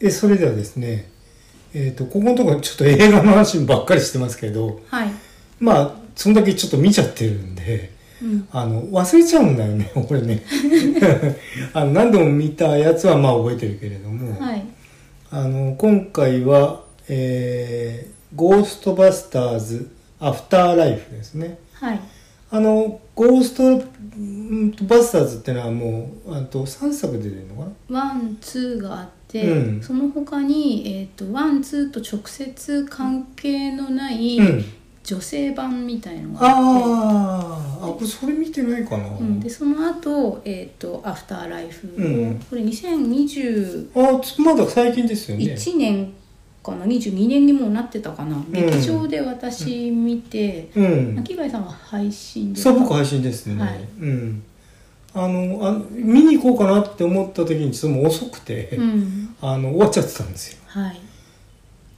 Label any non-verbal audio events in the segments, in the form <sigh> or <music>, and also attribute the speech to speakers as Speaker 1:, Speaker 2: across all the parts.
Speaker 1: えそれではですね、えー、とここのところちょっと映画の話ばっかりしてますけど
Speaker 2: はい、
Speaker 1: まあそんだけちょっと見ちゃってるんで
Speaker 2: うん、
Speaker 1: あの忘れちゃうんだよね <laughs> 俺ねあの何度も見たやつはまあ覚えてるけれども、
Speaker 2: はい
Speaker 1: あの今回は、えーゴーストバスターズアフターライフ」ですね
Speaker 2: はい
Speaker 1: あのゴーストうんとバスターズってのはもうあと3作出てるのかな
Speaker 2: ワンツーがあって、
Speaker 1: うん
Speaker 2: その他にえっ、とワンツーと直接関係のない
Speaker 1: うん
Speaker 2: 女性版みたいのがあって、
Speaker 1: あーあこれそれ見てないかな、
Speaker 2: うん、でその後えっ、とアフターライフを、
Speaker 1: うん
Speaker 2: これ2021
Speaker 1: あつまだ最近ですよね
Speaker 2: 年かな22年にもうなってたかな、
Speaker 1: ん
Speaker 2: 劇場で私見て、
Speaker 1: うん
Speaker 2: 巻貝さんは配信で
Speaker 1: そう僕配信ですね、
Speaker 2: はい
Speaker 1: うんあのあ見に行こうかなって思った時にちょっともう遅くて、
Speaker 2: うん
Speaker 1: あの終わっちゃってたんですよ
Speaker 2: はい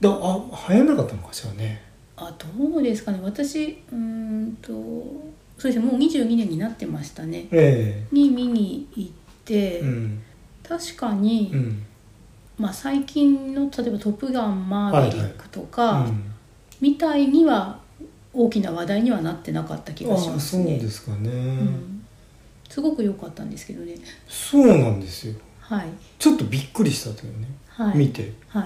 Speaker 1: だあ流行んなかったのかしらね
Speaker 2: あどうですかね私うーんとそうですねもう22年になってましたね
Speaker 1: え
Speaker 2: に見に行って、
Speaker 1: えうん
Speaker 2: 確かに、
Speaker 1: うん
Speaker 2: まあ、最近の例えば「トップガンマーヴェリック」とか、
Speaker 1: うん
Speaker 2: みたいには大きな話題にはなってなかった気がし
Speaker 1: あ
Speaker 2: ます
Speaker 1: そう
Speaker 2: ね。
Speaker 1: ですかね、
Speaker 2: うんすごく良かったんですけどね
Speaker 1: そうなんですよ
Speaker 2: はい
Speaker 1: ちょっとびっくりしたというね、
Speaker 2: はい
Speaker 1: 見て
Speaker 2: はい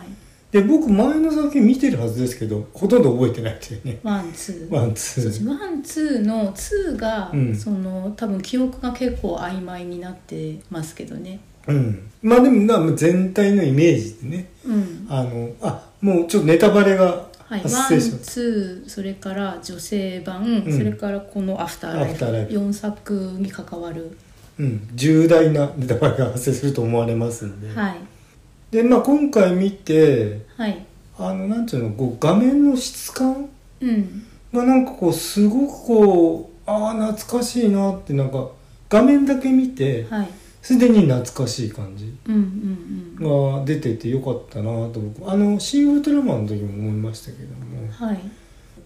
Speaker 1: で僕前の作品見てるはずですけどほとんど覚えてないっていうね
Speaker 2: ワンツー
Speaker 1: ワンツ
Speaker 2: そうです
Speaker 1: ー
Speaker 2: ワンツーのツーが、
Speaker 1: うん
Speaker 2: その多分記憶が結構曖昧になってますけどね
Speaker 1: うんまあでもまあ全体のイメージでね
Speaker 2: うん
Speaker 1: あのあもうちょっとネタバレが
Speaker 2: はい、ワン
Speaker 1: 発生します、
Speaker 2: ツーそれから女性版、
Speaker 1: ん
Speaker 2: それからこのアフターライ
Speaker 1: アフ
Speaker 2: フ
Speaker 1: ターライフ
Speaker 2: 4作に関わる、
Speaker 1: うん、重大なネタバレが発生すると思われますんで、
Speaker 2: はい
Speaker 1: でまあ今回見て
Speaker 2: はい
Speaker 1: あのなんていうのこう画面の質感
Speaker 2: うん
Speaker 1: がなんかこうすごくこうああ懐かしいなってなんか画面だけ見て
Speaker 2: はい
Speaker 1: すでに懐かしい感じ
Speaker 2: うんうんうん
Speaker 1: が出ててよかったなと僕あの「シン・ウルトラマン」の時も思いましたけども
Speaker 2: はい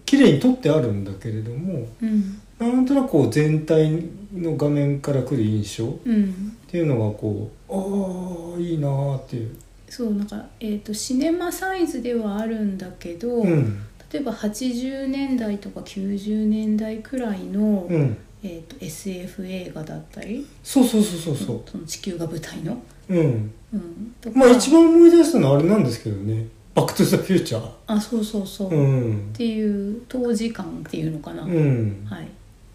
Speaker 1: 綺麗に撮ってあるんだけれども
Speaker 2: うん
Speaker 1: なんとなくこう全体の画面から来る印象っ
Speaker 2: うん
Speaker 1: ていうのがこうああいいなーっていう、
Speaker 2: そうなんか、えー、とシネマサイズではあるんだけど、
Speaker 1: うん
Speaker 2: 例えば80年代とか90年代くらいの、
Speaker 1: うん、
Speaker 2: えー、と SF 映画だったり
Speaker 1: そうそうそうそうそ
Speaker 2: その地球が舞台の、
Speaker 1: う、うん、
Speaker 2: うん、とか
Speaker 1: まあ一番思い出したのはあれなんですけどね「バック・トゥ・ザ・フューチャー
Speaker 2: あそうそうそう、」
Speaker 1: う
Speaker 2: っ
Speaker 1: ん
Speaker 2: ていう当時感っていうのかな、
Speaker 1: うん
Speaker 2: はい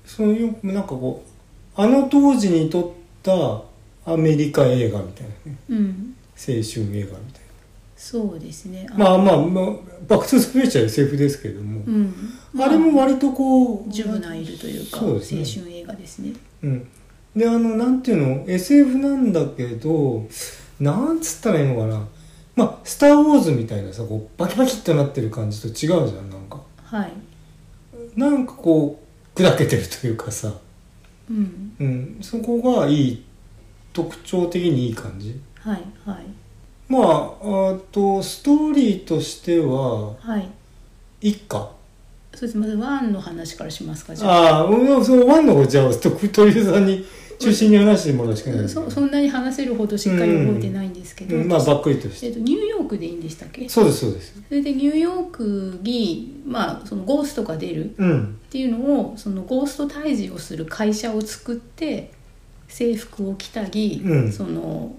Speaker 1: そういうなんかこうあの当時に撮ったアメリカ映画みたいなね
Speaker 2: うん、
Speaker 1: 青春映画みたいな。
Speaker 2: そうですね。
Speaker 1: まあまあ、まあ、バック・トゥ・ザ・フューチャー SF ですけれども、
Speaker 2: うん、
Speaker 1: あれも割とこう
Speaker 2: ジュブナイルというか
Speaker 1: そうですね
Speaker 2: 青春映画ですね。
Speaker 1: うん、であのなんていうの SF なんだけどなんつったらいいのかなまあ「スター・ウォーズ」みたいなさこうバキバキってなってる感じと違うじゃんなんか
Speaker 2: はい、
Speaker 1: なんかこう砕けてるというかさ、
Speaker 2: うん、
Speaker 1: うん、そこがいい特徴的にいい感じ
Speaker 2: はいはい
Speaker 1: まああとストーリーとしては
Speaker 2: はい。
Speaker 1: 一家
Speaker 2: そうです。まずワンの話からしますかじゃ
Speaker 1: あ
Speaker 2: あ。
Speaker 1: あうんそのワンの方じゃあ鳥優さんに中心に話してもらうしかないです
Speaker 2: そそんなに話せるほどしっかり覚えてないんですけど、
Speaker 1: うんまあばっくりとし
Speaker 2: え
Speaker 1: て
Speaker 2: っとニューヨークでいいんでしたっけ？そ
Speaker 1: そうですそうです
Speaker 2: れでニューヨークにまあそのゴーストが出るっ
Speaker 1: うん
Speaker 2: ていうのをそのゴースト退治をする会社を作って制服を着たり、
Speaker 1: うん
Speaker 2: その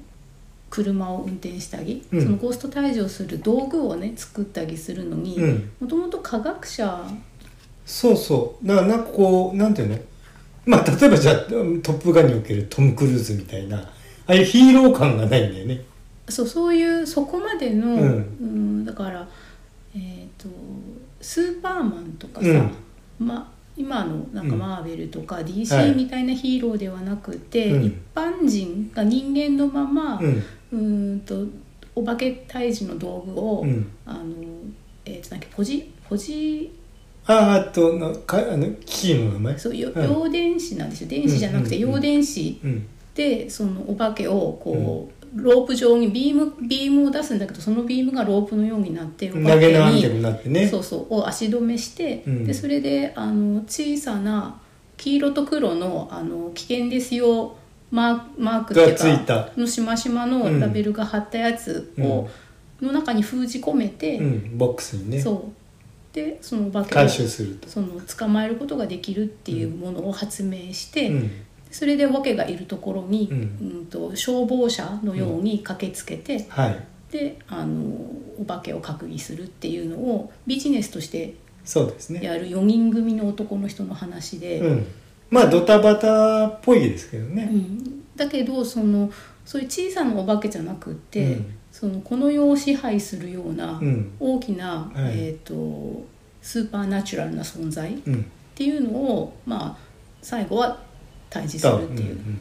Speaker 2: 車を運転したり、
Speaker 1: うん
Speaker 2: そのゴースト退治をする道具をね作ったりするのに
Speaker 1: うん
Speaker 2: もともと科学者
Speaker 1: そうそうだからなんかこうなんていうのまあ例えばじゃあ「トップガン」におけるトム・クルーズみたいなああいうヒーロー感がないんだよね
Speaker 2: そうそういうそこまでの、
Speaker 1: うん
Speaker 2: うんだから、えー、とスーパーマンとかさ、ま、今のなんか
Speaker 1: うん
Speaker 2: マーベルとか
Speaker 1: はい
Speaker 2: DC みたいなヒーローではなくて、
Speaker 1: うん
Speaker 2: 一般人が人間のまま、
Speaker 1: うん
Speaker 2: うんとお化け退治の道具を、
Speaker 1: うん
Speaker 2: あのえーとなんだっけポジポジ
Speaker 1: ああとなかあのキーの名前
Speaker 2: そうよ
Speaker 1: はい
Speaker 2: 陽電子なんですよ電子じゃなくて
Speaker 1: うんうんうん
Speaker 2: 陽電子
Speaker 1: うん
Speaker 2: でそのお化けをこう、ロープ状にビームビームを出すんだけどそのビームがロープのようになってお
Speaker 1: 投
Speaker 2: 化け
Speaker 1: げ縄みたいに
Speaker 2: に
Speaker 1: なってね
Speaker 2: そうそうを足止めして、
Speaker 1: うん
Speaker 2: でそれであの小さな黄色と黒のあの危険ですよマーマークっていうか
Speaker 1: がついた
Speaker 2: のしましま
Speaker 1: うん
Speaker 2: のラベルが貼ったやつを、
Speaker 1: うん
Speaker 2: の中に封じ込めて、
Speaker 1: うん、ボックスにね
Speaker 2: そうでそのお化けを
Speaker 1: 回収すると、
Speaker 2: その捕まえることができるっていうものを発明して、
Speaker 1: うん、
Speaker 2: それでお化けがいるところに、
Speaker 1: う
Speaker 2: うんんと消防車のように駆けつけて、
Speaker 1: はい
Speaker 2: であのお化けを隔離するっていうのをビジネスとして
Speaker 1: そうですね
Speaker 2: やる4人組の男の人の話で、
Speaker 1: うん、まあドタバタっぽいですけど
Speaker 2: う
Speaker 1: ね、
Speaker 2: んだけどそのそういう小さなお化けじゃなくって、
Speaker 1: うん
Speaker 2: そのこの世を支配するような
Speaker 1: うん
Speaker 2: 大きな、
Speaker 1: はい
Speaker 2: えー、とスーパーナチュラルな存在っ
Speaker 1: うん、
Speaker 2: ていうのを、まあ、最後は対峙するってい
Speaker 1: う、
Speaker 2: う
Speaker 1: んうん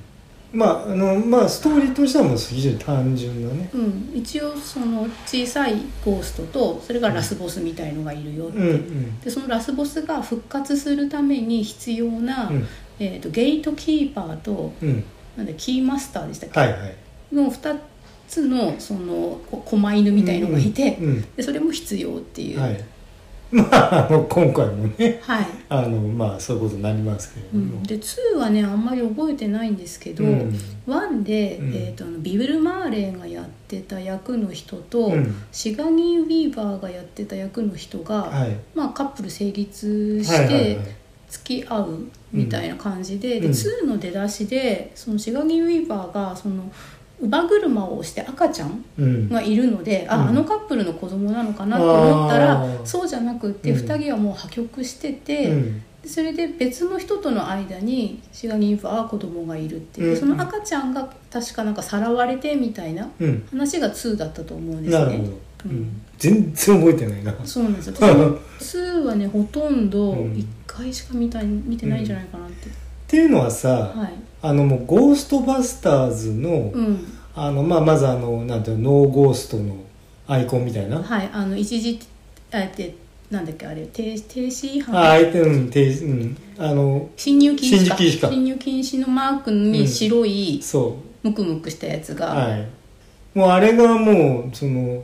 Speaker 1: まああのまあストーリーとしてはもう非常に単純なね
Speaker 2: うん一応その小さいゴーストとそれからラスボスみたいのがいるよって、
Speaker 1: うんうん
Speaker 2: でそのラスボスが復活するために必要な、
Speaker 1: うん
Speaker 2: えー、とゲートキーパーと
Speaker 1: うん
Speaker 2: なんだキーマスターでしたっけ、
Speaker 1: はいはい
Speaker 2: の2つのそのこ狛犬みたいのがいて、
Speaker 1: うんうん
Speaker 2: でそれも必要っていう
Speaker 1: は、いまああの今回もね
Speaker 2: はい
Speaker 1: あのまあそういうことになりますけれ
Speaker 2: う
Speaker 1: ども、
Speaker 2: ん、で2はねあんまり覚えてないんですけど、
Speaker 1: うん
Speaker 2: 1で、
Speaker 1: うん
Speaker 2: えー、とあのビブル・マーレンがやってた役の人と、
Speaker 1: うん
Speaker 2: シガニー・ウィーバーがやってた役の人が、
Speaker 1: はい
Speaker 2: まあ、カップル成立
Speaker 1: はい
Speaker 2: し
Speaker 1: はい
Speaker 2: て
Speaker 1: はい
Speaker 2: 付き合うみたいな感じ
Speaker 1: う
Speaker 2: で,、
Speaker 1: ん
Speaker 2: で
Speaker 1: うん
Speaker 2: 2の出だしでそのシガニー・ウィーバーがその乳母車をして赤ちゃん
Speaker 1: うん
Speaker 2: がいるので、
Speaker 1: うん
Speaker 2: ああのカップルの子供なのかなと思った
Speaker 1: あー
Speaker 2: らそうじゃなくって
Speaker 1: うん
Speaker 2: 2人はもう破局してて、
Speaker 1: うん
Speaker 2: でそれで別の人との間にシガニーファは子供がいるっていう、
Speaker 1: うん
Speaker 2: その赤ちゃんが確かなんかさらわれてみたいな
Speaker 1: うん
Speaker 2: 話が2だったと思うんです
Speaker 1: な
Speaker 2: ね。
Speaker 1: るほど、う
Speaker 2: うん
Speaker 1: ん、全然覚えてないな
Speaker 2: そうなんで
Speaker 1: <laughs>
Speaker 2: すよ私も2はねほとんど
Speaker 1: うん
Speaker 2: 1回しか見たい見てないんじゃないかなって、
Speaker 1: っていうのはさ、
Speaker 2: はい、
Speaker 1: あのもうゴーストバスターズの、
Speaker 2: うん
Speaker 1: あのまあ、まずあのなんていうのノーゴーストのアイコンみたいな、
Speaker 2: はい、あの一時あえてなんだっけあれ停停止違
Speaker 1: あ
Speaker 2: 反
Speaker 1: 相手の手、うん、あの
Speaker 2: 侵入禁止
Speaker 1: 侵入
Speaker 2: か
Speaker 1: 禁止か
Speaker 2: 侵入禁止のマーク
Speaker 1: うん
Speaker 2: に白い
Speaker 1: そ
Speaker 2: ムクムクしたやつ
Speaker 1: う
Speaker 2: が、
Speaker 1: はいもうあれがもうその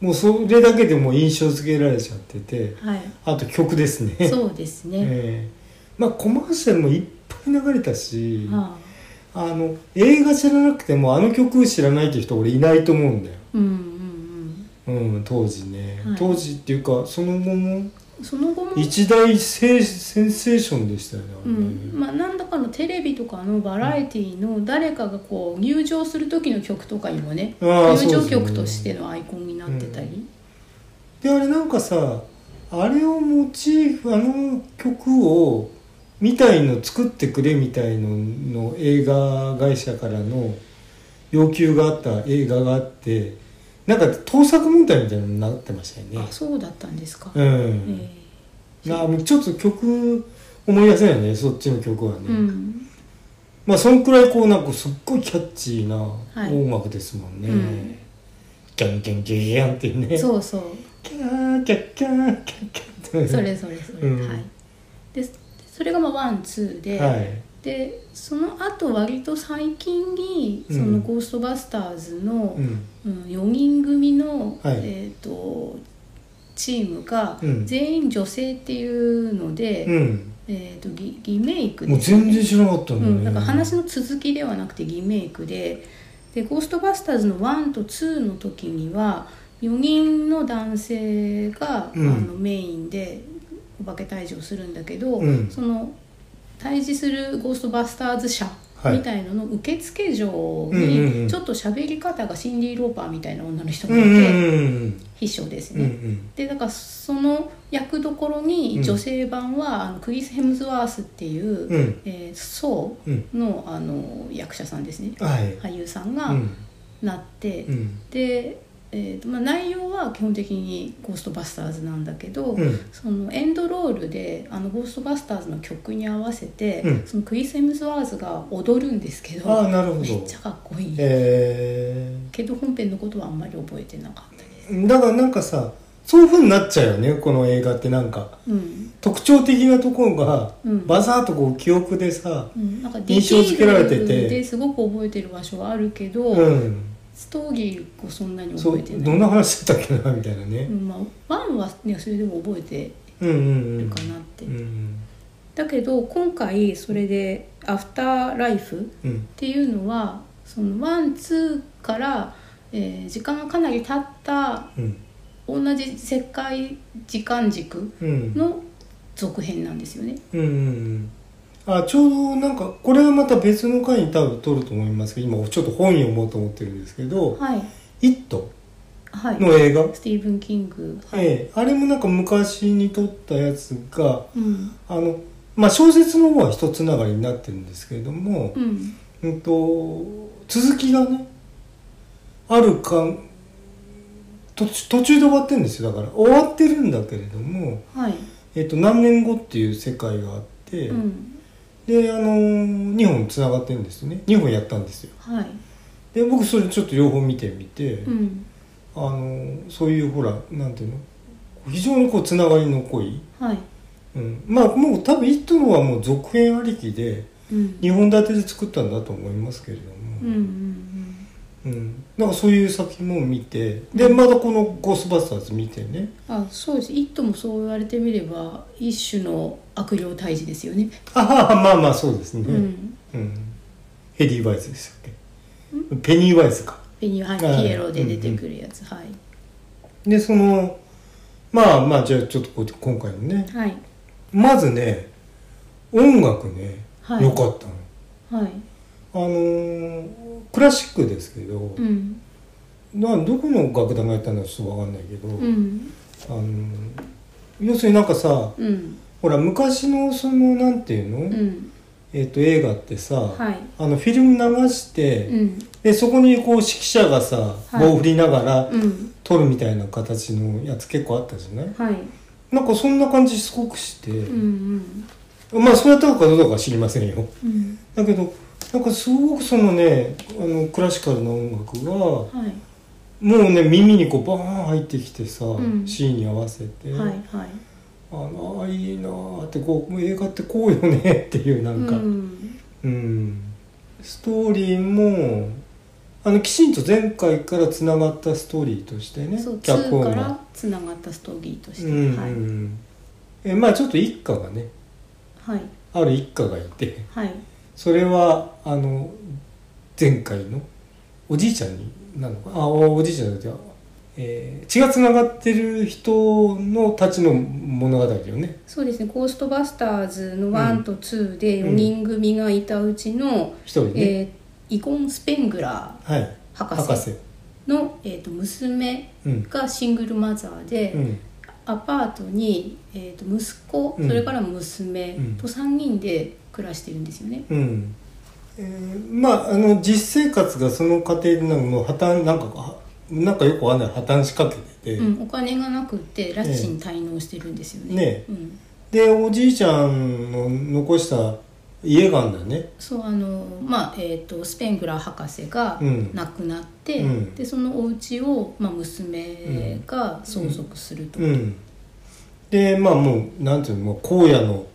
Speaker 1: もうそれだけでもう印象付けられちゃってて
Speaker 2: はい
Speaker 1: あと曲ですね
Speaker 2: そうですね。
Speaker 1: <laughs> ええまあコマーシャルもいっぱい流れたし、
Speaker 2: はあ、
Speaker 1: あの映画知らなくてもあの曲知らないっていう人俺いないと思うんだよ、
Speaker 2: うんうん
Speaker 1: うん、当時ね、
Speaker 2: はい
Speaker 1: 当時っていうかその後も
Speaker 2: うん。その後も、
Speaker 1: 一大セセンセーションでしたよね、あ
Speaker 2: う
Speaker 1: れね
Speaker 2: ん、まあ何らかのテレビとかのバラエティの誰かがこう入場する時の曲とかにもね、
Speaker 1: ああ
Speaker 2: 入場
Speaker 1: そうです
Speaker 2: 曲
Speaker 1: ね
Speaker 2: としてのアイコンになってたり、
Speaker 1: であれなんかさあれをモチーフあの曲をみたいの作ってくれみたいのの映画会社からの要求があった映画があってなんか盗作問題みたいになってましたよね
Speaker 2: あそうだったんですか。
Speaker 1: う
Speaker 2: え
Speaker 1: ん、あもうちょっと曲思い出せないねそっちの曲はね、
Speaker 2: えうん、
Speaker 1: まあそんくらいこうなんかすっごいキャッチーな音楽ですもんね、
Speaker 2: うん
Speaker 1: キャンキャンキャンキャンっていうね
Speaker 2: そうそう、
Speaker 1: キャーキャッキャーキャッキャーってね
Speaker 2: それそれそれ、
Speaker 1: うん
Speaker 2: はい。で、それがまあワンツーで、
Speaker 1: はい
Speaker 2: でその後割と最近にそ
Speaker 1: うん
Speaker 2: のゴーストバスターズの、
Speaker 1: うん
Speaker 2: うん、4人組の、
Speaker 1: はい
Speaker 2: えー、とチームが
Speaker 1: うん
Speaker 2: 全員女性っていうので、
Speaker 1: うん
Speaker 2: えー、とリリメイク
Speaker 1: もう
Speaker 2: ですね
Speaker 1: 全然知らなかった
Speaker 2: う
Speaker 1: のね
Speaker 2: ん、なんか話の続きではなくてリメイクで「でゴーストバスターズ」の1と2の時には4人の男性が、
Speaker 1: うん
Speaker 2: あのメインでお化け退治をするんだけど、
Speaker 1: うん
Speaker 2: その退治するゴーストバスターズ社
Speaker 1: はい
Speaker 2: みたいのの受付嬢
Speaker 1: うんうんうん
Speaker 2: にちょっと喋り方がシンディ・ローパーみたいな女の人
Speaker 1: う
Speaker 2: が
Speaker 1: ん
Speaker 2: いて、
Speaker 1: うんうん
Speaker 2: 秘書です
Speaker 1: うんう
Speaker 2: ね。
Speaker 1: ん
Speaker 2: でだからその役どころ
Speaker 1: うん
Speaker 2: に女性版は、あのクリス・ヘムズワースっていう、
Speaker 1: うん
Speaker 2: えー、ソ
Speaker 1: うんうん
Speaker 2: ーのあの役者さんですね
Speaker 1: はい
Speaker 2: 俳優さん
Speaker 1: う
Speaker 2: が
Speaker 1: ん
Speaker 2: なって、
Speaker 1: うん
Speaker 2: で、えーとまあ、内容は基本的に「ゴーストバスターズ」なんだけど、
Speaker 1: うん
Speaker 2: そのエンドロールであの「ゴーストバスターズ」の曲に合わせて、
Speaker 1: うん
Speaker 2: そのクリス・ヘムズワーズが踊るんですけ
Speaker 1: ああ
Speaker 2: ど
Speaker 1: なるほど
Speaker 2: めっちゃかっこいい
Speaker 1: え
Speaker 2: けど本編のことはあんまり覚えてなかったです。
Speaker 1: ー、だからなんかさそういう風になっちゃうよねこの映画ってなんか
Speaker 2: うん
Speaker 1: 特徴的なところが
Speaker 2: うん
Speaker 1: バザーっとこう記憶でさ
Speaker 2: うん、なんかディ
Speaker 1: 印象付けられてて
Speaker 2: テールですごく覚えてる場所はあるけど、
Speaker 1: うん
Speaker 2: ストーリーをそんなに
Speaker 1: そ
Speaker 2: 覚
Speaker 1: う
Speaker 2: えてない
Speaker 1: どんな話だったっけなみたいなね
Speaker 2: う、んまあ、ワンは、ね、それでも覚えて
Speaker 1: うん、うんうん
Speaker 2: るかなって、
Speaker 1: うん
Speaker 2: だけど今回それで「アフターライフ」っ
Speaker 1: うん
Speaker 2: ていうのはそのワンツーから、えー時間がかなり経った
Speaker 1: うん
Speaker 2: 同じ世界時間軸
Speaker 1: うん
Speaker 2: の続編なんですよね。
Speaker 1: うんうんうんあちょうどなんかこれはまた別の回に多分撮ると思いますけど今ちょっと本読もうと思ってるんですけど
Speaker 2: はい、
Speaker 1: 「イット!
Speaker 2: は」い、
Speaker 1: の映画、
Speaker 2: スティーブン・キング、はい
Speaker 1: ええあれもなんか昔に撮ったやつが
Speaker 2: うん
Speaker 1: あの、まあ、小説の方は一つながりになってるんですけれども
Speaker 2: う、ん
Speaker 1: うん、と続きがねあるかん途中途中で終わってるんですよだから終わってるんだけれども、
Speaker 2: はい
Speaker 1: えっと何年後っていう世界があって。
Speaker 2: うん
Speaker 1: であのー、2本つながってるんですよね2本やったんですよ
Speaker 2: はい
Speaker 1: で僕それちょっと両方見てみて、
Speaker 2: うん
Speaker 1: あのーそういうほらなんていうの非常にこうつながりの濃い、
Speaker 2: はい
Speaker 1: うん、まあもう多分「イット!」のはもう続編ありきで
Speaker 2: うん
Speaker 1: 2本立てで作ったんだと思いますけれど
Speaker 2: うんうん
Speaker 1: も、
Speaker 2: うん
Speaker 1: うんなんかそういう作品も見てでまたこの「ゴーストバスターズ」見てね
Speaker 2: あそうです「イット!」もそう言われてみれば一種の悪霊退治ですよね。
Speaker 1: ああまあまあそうですね、う
Speaker 2: う
Speaker 1: ん
Speaker 2: ん
Speaker 1: ヘディ・ワイズでしたっけペニー・ワイズか
Speaker 2: ベニュー
Speaker 1: は
Speaker 2: ハ
Speaker 1: い
Speaker 2: イピエロで出てくるやつ、はい
Speaker 1: でそのまあまあじゃあちょっとこう今回のね
Speaker 2: はい
Speaker 1: まずね音楽ね良、
Speaker 2: はい
Speaker 1: かったの。
Speaker 2: はい
Speaker 1: あのークラシックですけど、
Speaker 2: うん
Speaker 1: などこの楽団がやったのかちょっとわかんないけど、
Speaker 2: うん
Speaker 1: あのー要するになんかさ
Speaker 2: うん
Speaker 1: ほら昔のそのなんていうの、
Speaker 2: うん
Speaker 1: えっと映画ってさ、
Speaker 2: はい
Speaker 1: あのフィルム流して、
Speaker 2: うん
Speaker 1: でそこにこう指揮者がさ
Speaker 2: はい
Speaker 1: 棒振りながら
Speaker 2: うん
Speaker 1: 撮るみたいな形のやつ結構あったじゃない、
Speaker 2: はい
Speaker 1: なんかそんな感じすごくして、
Speaker 2: うんうん
Speaker 1: まあそれやったのかどうかは知りませんよ
Speaker 2: うん
Speaker 1: だけどなんかすごくそのねあのクラシカルな音楽がも
Speaker 2: はいう
Speaker 1: ね耳にこうバーン入ってきてさ、
Speaker 2: ん
Speaker 1: シーンに合わせて、
Speaker 2: はいはい
Speaker 1: あのあいいなあってこう映画ってこうよね <laughs> っていうなんか、
Speaker 2: う
Speaker 1: うん
Speaker 2: ん
Speaker 1: ストーリーもあのきちんと前回からつながったストーリーとしてね
Speaker 2: そう
Speaker 1: 脚
Speaker 2: 2
Speaker 1: 本
Speaker 2: か
Speaker 1: が
Speaker 2: ら。つながったストーリーとし
Speaker 1: う
Speaker 2: て、
Speaker 1: んうん
Speaker 2: はい
Speaker 1: えまあちょっと一家がね
Speaker 2: はい
Speaker 1: ある一家がいて
Speaker 2: はい
Speaker 1: それはあの前回のおじいちゃんになのかあおおじいちゃんだって、えー血がつながってる人のたちの物語よね
Speaker 2: そうですね「ゴーストバスターズ」の
Speaker 1: うん
Speaker 2: 1と2で4人組がいたうちの、
Speaker 1: 一人ね、
Speaker 2: えーイコン・スペングラ
Speaker 1: はい
Speaker 2: ー博士
Speaker 1: 博士
Speaker 2: の、えー、と娘
Speaker 1: うん
Speaker 2: がシングルマザーで、
Speaker 1: うん
Speaker 2: アパートに、えー、と息子
Speaker 1: うん
Speaker 2: それから娘
Speaker 1: うん
Speaker 2: と3人で暮らしてるんですよね。
Speaker 1: うんえーまああの実生活がその過程でなんかもう破綻なんかはなんかよくわかんない破綻しかけてて、
Speaker 2: うん、お金がなくてラッチに滞納してるんですよね。
Speaker 1: ね
Speaker 2: うん、
Speaker 1: でおじいちゃんの残した家があんだよね
Speaker 2: そうあのまあえー、とスペングラー博士が
Speaker 1: うん
Speaker 2: 亡くなって、
Speaker 1: うん
Speaker 2: でそのお家をまあ、娘が相続すると、
Speaker 1: うん、でまあもうなんていうのもう荒野の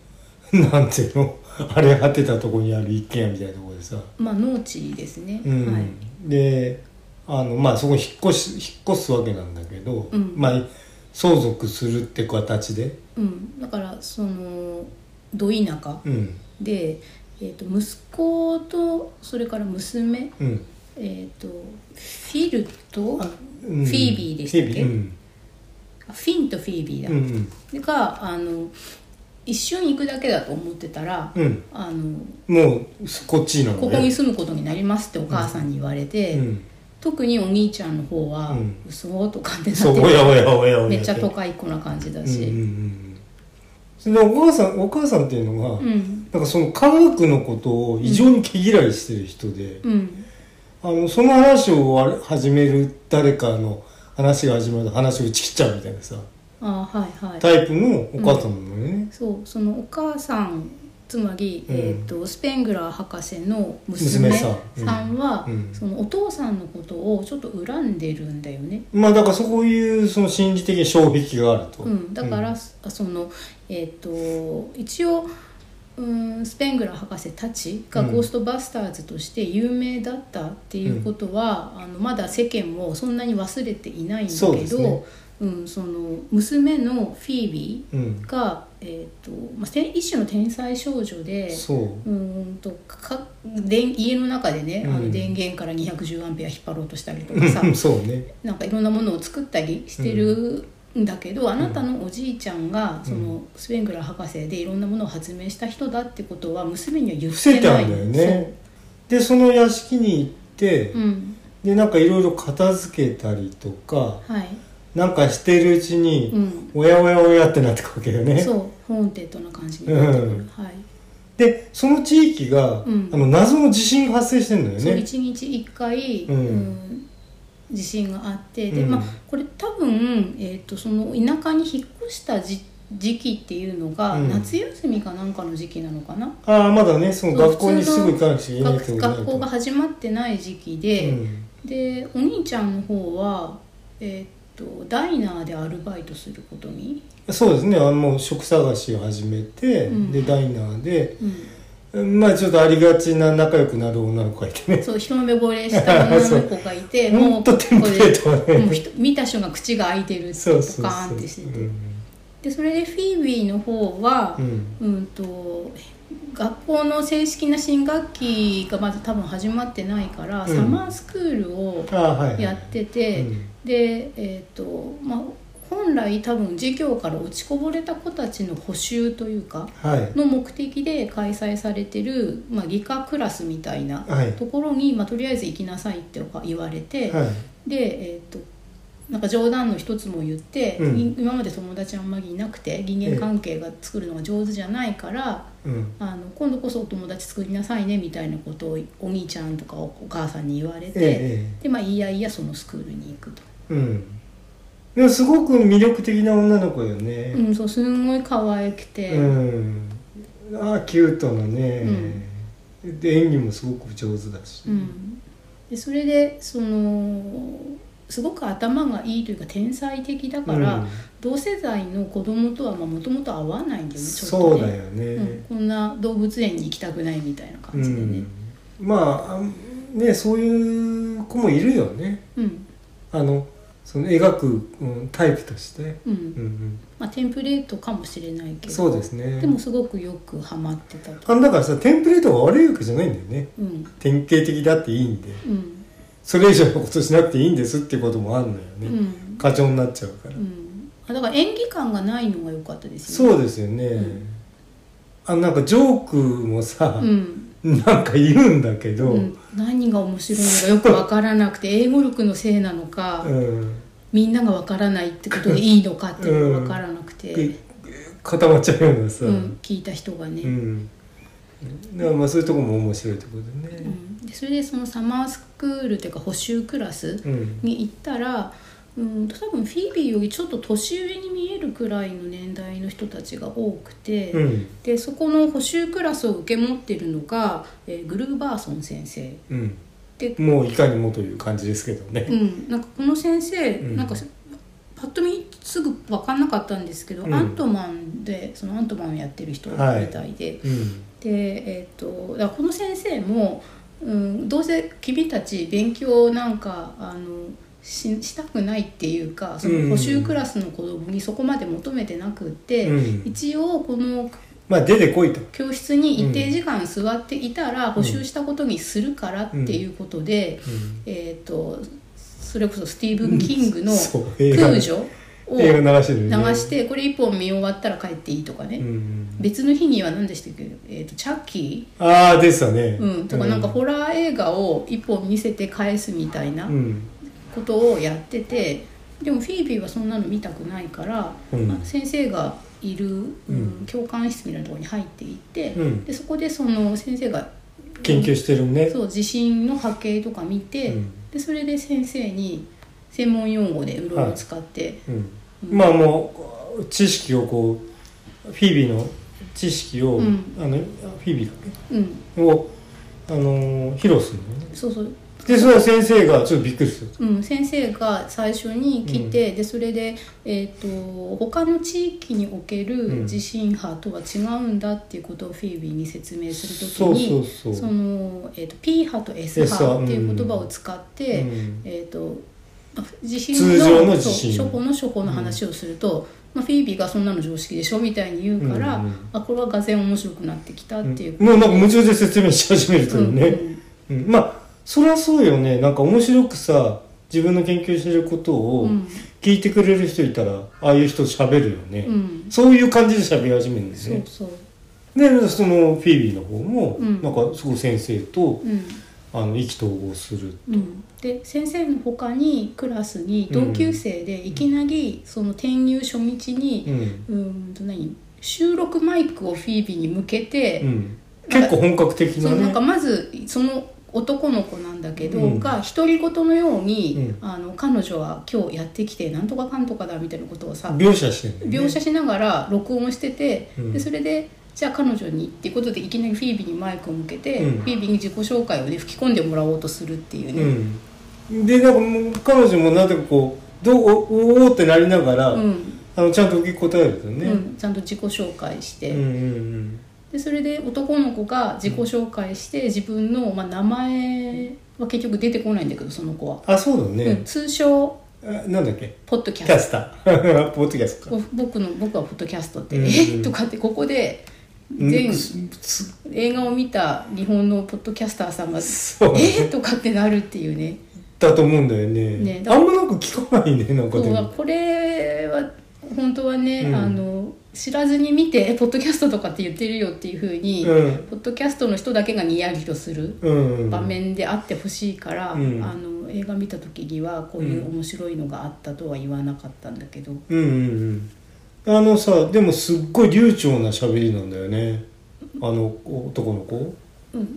Speaker 1: <laughs> なんていうの荒れ果てたとこにある一軒家みたいなところでさ、
Speaker 2: まあ、農地ですね、
Speaker 1: うん
Speaker 2: はい、
Speaker 1: であのまあそこ引っ越し引っ越すわけなんだけど、
Speaker 2: うん
Speaker 1: まあ相続するって形で、
Speaker 2: うん、だからそのど田舎
Speaker 1: うん
Speaker 2: で、えー、と息子とそれから娘、
Speaker 1: うん
Speaker 2: えー、とフィルと
Speaker 1: あうん
Speaker 2: フィービーでしたっけ
Speaker 1: フィービー
Speaker 2: あフィンとフィービーだ、
Speaker 1: うんうん
Speaker 2: があの一緒に行くだけだと思ってたら、
Speaker 1: うん
Speaker 2: あの
Speaker 1: うん、もうすこっちなのね
Speaker 2: ここに住むことになりますってお母さんに言われて、
Speaker 1: うん、
Speaker 2: 特にお兄ちゃんの方は「
Speaker 1: うん
Speaker 2: 嘘」とかってな
Speaker 1: そう
Speaker 2: って
Speaker 1: おやおやおやおや
Speaker 2: めっちゃ都会っ子な感じだ
Speaker 1: うんうんう
Speaker 2: し、
Speaker 1: んそれでお母さんお母さんっていうのは、
Speaker 2: うん、うん
Speaker 1: なんかその科学のことを異常に毛嫌いしてる人で、あのその話をあれ始める誰かの話が始まると話を打ち切っちゃうみたいなさ
Speaker 2: あーはいはい
Speaker 1: タイプのお母さんなのね、
Speaker 2: そうそのお母さんつまり、
Speaker 1: うん
Speaker 2: えー、とスペングラー博士の娘
Speaker 1: 娘
Speaker 2: さ
Speaker 1: さんうん
Speaker 2: んは、
Speaker 1: うん
Speaker 2: そのお父さんのことをちょっと恨んでるんだよね、
Speaker 1: まあだからそういうその心理的障壁があると、
Speaker 2: うん、だから、
Speaker 1: うん
Speaker 2: あそのえっ、と一応うんスペングラー博士たちが
Speaker 1: うん
Speaker 2: ゴーストバスターズとして有名だったっていうことは、あのまだ世間をそんなに忘れていないんだ
Speaker 1: そう
Speaker 2: け
Speaker 1: です
Speaker 2: ど
Speaker 1: ね
Speaker 2: うん、その娘のフィービ
Speaker 1: うん
Speaker 2: ーが、ええーとまあ、て一種の天才少女で
Speaker 1: そう
Speaker 2: ーんとか電家の中でね、あ
Speaker 1: う
Speaker 2: の
Speaker 1: ん
Speaker 2: 電源から210アンペア引っ張ろうとしたりとかさ
Speaker 1: う <laughs> そうね
Speaker 2: <laughs> なんかいろんなものを作ったりしてるんだけど、あなたのおじいちゃんがそのスペングラー博士でいろんなものを発明した人だってことは娘には言っ
Speaker 1: 伏せ
Speaker 2: て
Speaker 1: た
Speaker 2: ない
Speaker 1: んだよねでその屋敷に行って、
Speaker 2: そううん
Speaker 1: でなんかいろいろ片付けたりとか
Speaker 2: はい、
Speaker 1: なんかしてるうちに、
Speaker 2: うん、
Speaker 1: おやおやおやってなってくわけよね
Speaker 2: そうホーンテッドな感じになってく
Speaker 1: う
Speaker 2: る、
Speaker 1: ん
Speaker 2: はい
Speaker 1: でその地域が、
Speaker 2: うん
Speaker 1: あの謎の地震が発生してんだよ
Speaker 2: そう
Speaker 1: ね
Speaker 2: 1日1回、
Speaker 1: うん
Speaker 2: うん地震があってで、
Speaker 1: うん
Speaker 2: まあ、これ多分、えー、とその田舎に引っ越したじ時期っていうのが、
Speaker 1: うん
Speaker 2: 夏休みかなんかの時期なのかな
Speaker 1: ああまだねその
Speaker 2: そう
Speaker 1: 学校にすぐ行かなくちゃいけないってこ
Speaker 2: 学
Speaker 1: と
Speaker 2: 学校が始まってない時期
Speaker 1: う
Speaker 2: で、
Speaker 1: ん、
Speaker 2: でお兄ちゃんの方は、えー、とダイナーでアルバイトすることに、
Speaker 1: そうですねあのもう職探しを始めて、
Speaker 2: うん
Speaker 1: でダイナーで
Speaker 2: うん、
Speaker 1: まあちょっとありがちな仲良くなる女の子がいてね
Speaker 2: そう一目惚
Speaker 1: <laughs>
Speaker 2: れした女の子がいて
Speaker 1: ほんとテンプ
Speaker 2: こ
Speaker 1: レ
Speaker 2: れ
Speaker 1: ートは
Speaker 2: もう
Speaker 1: ね
Speaker 2: ひと見た瞬間口が開いてる
Speaker 1: そう
Speaker 2: と
Speaker 1: そうそう
Speaker 2: かーンってしてて
Speaker 1: うん
Speaker 2: でそれでフィービーの方は
Speaker 1: う、ん
Speaker 2: うん、と学校の正式な新学期がまだ多分始まってないから、
Speaker 1: うん
Speaker 2: サマースクールを
Speaker 1: ああはいはい
Speaker 2: やってて、
Speaker 1: うん
Speaker 2: でえっ、とまあ本来多分授業から落ちこぼれた子たちの補習というか
Speaker 1: はい
Speaker 2: の目的で開催されてる、まあ、理科クラスみたいな
Speaker 1: はい
Speaker 2: ところに、まあ、とりあえず行きなさいって言われて、
Speaker 1: はい
Speaker 2: でえっ、となんか冗談の一つも言って、
Speaker 1: うん
Speaker 2: い今まで友達あんまりいなくて人間関係が作るのが上手じゃないから、
Speaker 1: うん
Speaker 2: あの今度こそお友達作りなさいねみたいなことをお兄ちゃんとかお母さんに言われて、
Speaker 1: え
Speaker 2: でまあいいやいやそのスクールに行くと、
Speaker 1: えうんでもすごく魅力的な女の子よね
Speaker 2: うん、そうすんごい可愛くて、
Speaker 1: うん、ああキュートなね、で演技もすごく上手だし、
Speaker 2: うんでそれでそのすごく頭がいいというか天才的だから、
Speaker 1: うん
Speaker 2: 同世代の子供とはもともと合わないんだよねちょ
Speaker 1: そ
Speaker 2: っとね
Speaker 1: うだよね、
Speaker 2: うん、こんな動物園に行きたくないみたいな
Speaker 1: う
Speaker 2: 感じでね
Speaker 1: ん、まああんねそういう子もいるよね
Speaker 2: うん
Speaker 1: あのその描く、うん、タイプとして、
Speaker 2: う
Speaker 1: うんう
Speaker 2: ん
Speaker 1: ん、
Speaker 2: まあテンプレートかもしれないけど
Speaker 1: そうですね
Speaker 2: でもすごくよくハマってたと
Speaker 1: あだからさテンプレートが悪いわけじゃないんだよね
Speaker 2: うん
Speaker 1: 典型的だっていいんで
Speaker 2: うん
Speaker 1: それ以上のことしなくていいんですっていうこともあるのよ
Speaker 2: う
Speaker 1: ね、
Speaker 2: ん、
Speaker 1: 過剰になっちゃうから、
Speaker 2: うん、あだから演技感がないのが良かったですよね
Speaker 1: そうですよね、
Speaker 2: うん
Speaker 1: あなんかジョークもさ、
Speaker 2: うん
Speaker 1: なんか言うんだけど、
Speaker 2: う
Speaker 1: うん
Speaker 2: ん、何が面白いのかよくわからなくて <laughs> 英語力のせいなのか、みんながわからないってことでいいのかっていうのがわからなくて、
Speaker 1: で固まっちゃうようなさ、
Speaker 2: う
Speaker 1: うんん、
Speaker 2: 聞いた人がね、
Speaker 1: だからまあそういうとこも面白いところで
Speaker 2: う
Speaker 1: ね、
Speaker 2: んでそれでそのサマースクールっていうか補習クラス、
Speaker 1: うん
Speaker 2: に行ったらうんと多分フィービーよりちょっと年上に見えるくらいの年代の人たちが多くて、
Speaker 1: うん
Speaker 2: でそこの補習クラスを受け持ってるのが、えーグルーバーソン先生
Speaker 1: うん
Speaker 2: で、
Speaker 1: もういかにもという感じですけど
Speaker 2: う
Speaker 1: ね、
Speaker 2: ん、なんかこの先生、
Speaker 1: うん
Speaker 2: なんかパッと見すぐ分かんなかったんですけど、
Speaker 1: うん
Speaker 2: アントマンでそのアントマンをやってる人みた
Speaker 1: はいい
Speaker 2: で、
Speaker 1: うん
Speaker 2: で、えー、とだからこの先生も、うん、どうせ君たち勉強なんかあのししたくないっていうかその補習クラスの子供にそこまで求めてなくって、
Speaker 1: うん
Speaker 2: 一応この
Speaker 1: まあ出てこいと、
Speaker 2: 教室に一定時間座っていたら補習したことにするからっていうことで、えー、とそれこそスティーブン・キングの
Speaker 1: そう
Speaker 2: 「
Speaker 1: 映画
Speaker 2: 空女」を
Speaker 1: 映
Speaker 2: 流
Speaker 1: 画流してるよね
Speaker 2: してこれ一本見終わったら帰っていいとかね、
Speaker 1: うん、
Speaker 2: 別の日には何でしたっけ、えー、とチャッキー
Speaker 1: ああでしたね
Speaker 2: うん、とかなんかホラー映画を一本見せて返すみたいな
Speaker 1: うん
Speaker 2: ことをやっててでもフィービーはそんなの見たくないから、
Speaker 1: うん
Speaker 2: まあ先生がいる、うん
Speaker 1: うん
Speaker 2: 教官室みたいなところに入っていって、
Speaker 1: うん
Speaker 2: でそこでその先生が
Speaker 1: 研究してるね
Speaker 2: そう地震の波形とか見て、
Speaker 1: うん
Speaker 2: でそれで先生に専門用語でうろうろ使って、
Speaker 1: うんまあもう知識をこうフィービーの知識を、
Speaker 2: うん
Speaker 1: あのフィービーだっ
Speaker 2: うん
Speaker 1: けを、あのー披露するのね
Speaker 2: そうそう
Speaker 1: でそれは先生がちょっとびっくりする
Speaker 2: うん、先生が最初に来て、でそれで、えー、と他の地域におけ
Speaker 1: う
Speaker 2: る
Speaker 1: ん
Speaker 2: 地震波とは違うんだっていうことをフィービーに説明する
Speaker 1: そ
Speaker 2: と
Speaker 1: う
Speaker 2: きに
Speaker 1: そうそう
Speaker 2: その、えー、と P 波と S
Speaker 1: S 波
Speaker 2: 波っていう言葉を使って、
Speaker 1: うん
Speaker 2: えー、と地震
Speaker 1: 通常の地震
Speaker 2: そう初歩の初歩の話をすると、まあ、フィービーがそんなの常識でしょみたいに言うから、
Speaker 1: うんうん
Speaker 2: あこれはがぜん面白くなってきたっていう、
Speaker 1: もうなんか夢中で説明し始めるというね、
Speaker 2: うん
Speaker 1: うん、まあそりゃそうよねなんか面白くさ自分の研究してること
Speaker 2: う
Speaker 1: を
Speaker 2: ん
Speaker 1: 聞いてくれる人いたら、ああいう人喋るよね、
Speaker 2: うん
Speaker 1: そういう感じで喋り始めるんです
Speaker 2: そう
Speaker 1: ね
Speaker 2: そう、
Speaker 1: でそのフィービーの方も、
Speaker 2: うん
Speaker 1: なんかすごい先生と
Speaker 2: うん
Speaker 1: あの意気投合する
Speaker 2: うん、で先生の他にクラスに同級生でいきなりその転入初日
Speaker 1: う
Speaker 2: に、
Speaker 1: ん、
Speaker 2: うん、と何収録マイクをフィービーに向けて、
Speaker 1: うん、結構本格的
Speaker 2: そ
Speaker 1: な
Speaker 2: の
Speaker 1: ね
Speaker 2: なんかまずその男の子なんだけど、
Speaker 1: うん
Speaker 2: が独り言のように、
Speaker 1: う
Speaker 2: あの彼女は今日やってきてなんとかかんとかだみたいなことをさ、
Speaker 1: 描写してるんだよ
Speaker 2: 描
Speaker 1: ね
Speaker 2: 写しながら録音してて、
Speaker 1: うん
Speaker 2: でそれでじゃあ彼女にっていうことでいきなりフィービーにマイクを向けて、
Speaker 1: うん
Speaker 2: フィービーに自己紹介をね吹き込んでもらおうとするっていうね。
Speaker 1: うん、でなんかもう彼女もなんかこうどうおおおってなりながら、
Speaker 2: うん
Speaker 1: あのちゃんと受け答えるとね、
Speaker 2: うん、ちゃんと自己紹介して、
Speaker 1: うんうん
Speaker 2: でそれで男の子が自己紹介して自分の、まあ、名前は結局出てこないんだけどその子は、
Speaker 1: あそうだ
Speaker 2: うん、
Speaker 1: ね、
Speaker 2: 通称
Speaker 1: あなんだっけ
Speaker 2: ポッドキ
Speaker 1: キャ
Speaker 2: ャス
Speaker 1: スター <laughs> ポッドキャストか
Speaker 2: トこ僕の僕はポッドキャストって「
Speaker 1: うん
Speaker 2: えとかってここで全
Speaker 1: うんすす
Speaker 2: 映画を見た日本のポッドキャスターさんが「
Speaker 1: そう
Speaker 2: えとかってなるっていうね
Speaker 1: だと思うんだよね
Speaker 2: ねだ
Speaker 1: あんまなんか聞かないねなんか
Speaker 2: そう
Speaker 1: で
Speaker 2: だ
Speaker 1: も
Speaker 2: これは本当はね、
Speaker 1: うん
Speaker 2: あの知らずに見てえ「ポッドキャストとかって言ってるよ」っていうふうに、
Speaker 1: うん
Speaker 2: ポッドキャストの人だけがニヤリとする。
Speaker 1: うんうん
Speaker 2: 場面であってほしいから、
Speaker 1: うん
Speaker 2: あの映画見た時にはこういう面白いのがあったとは言わなかったんだけど、
Speaker 1: うんうんうんあのさでもすっごい流暢な喋りなんだよねあの男の子
Speaker 2: うん、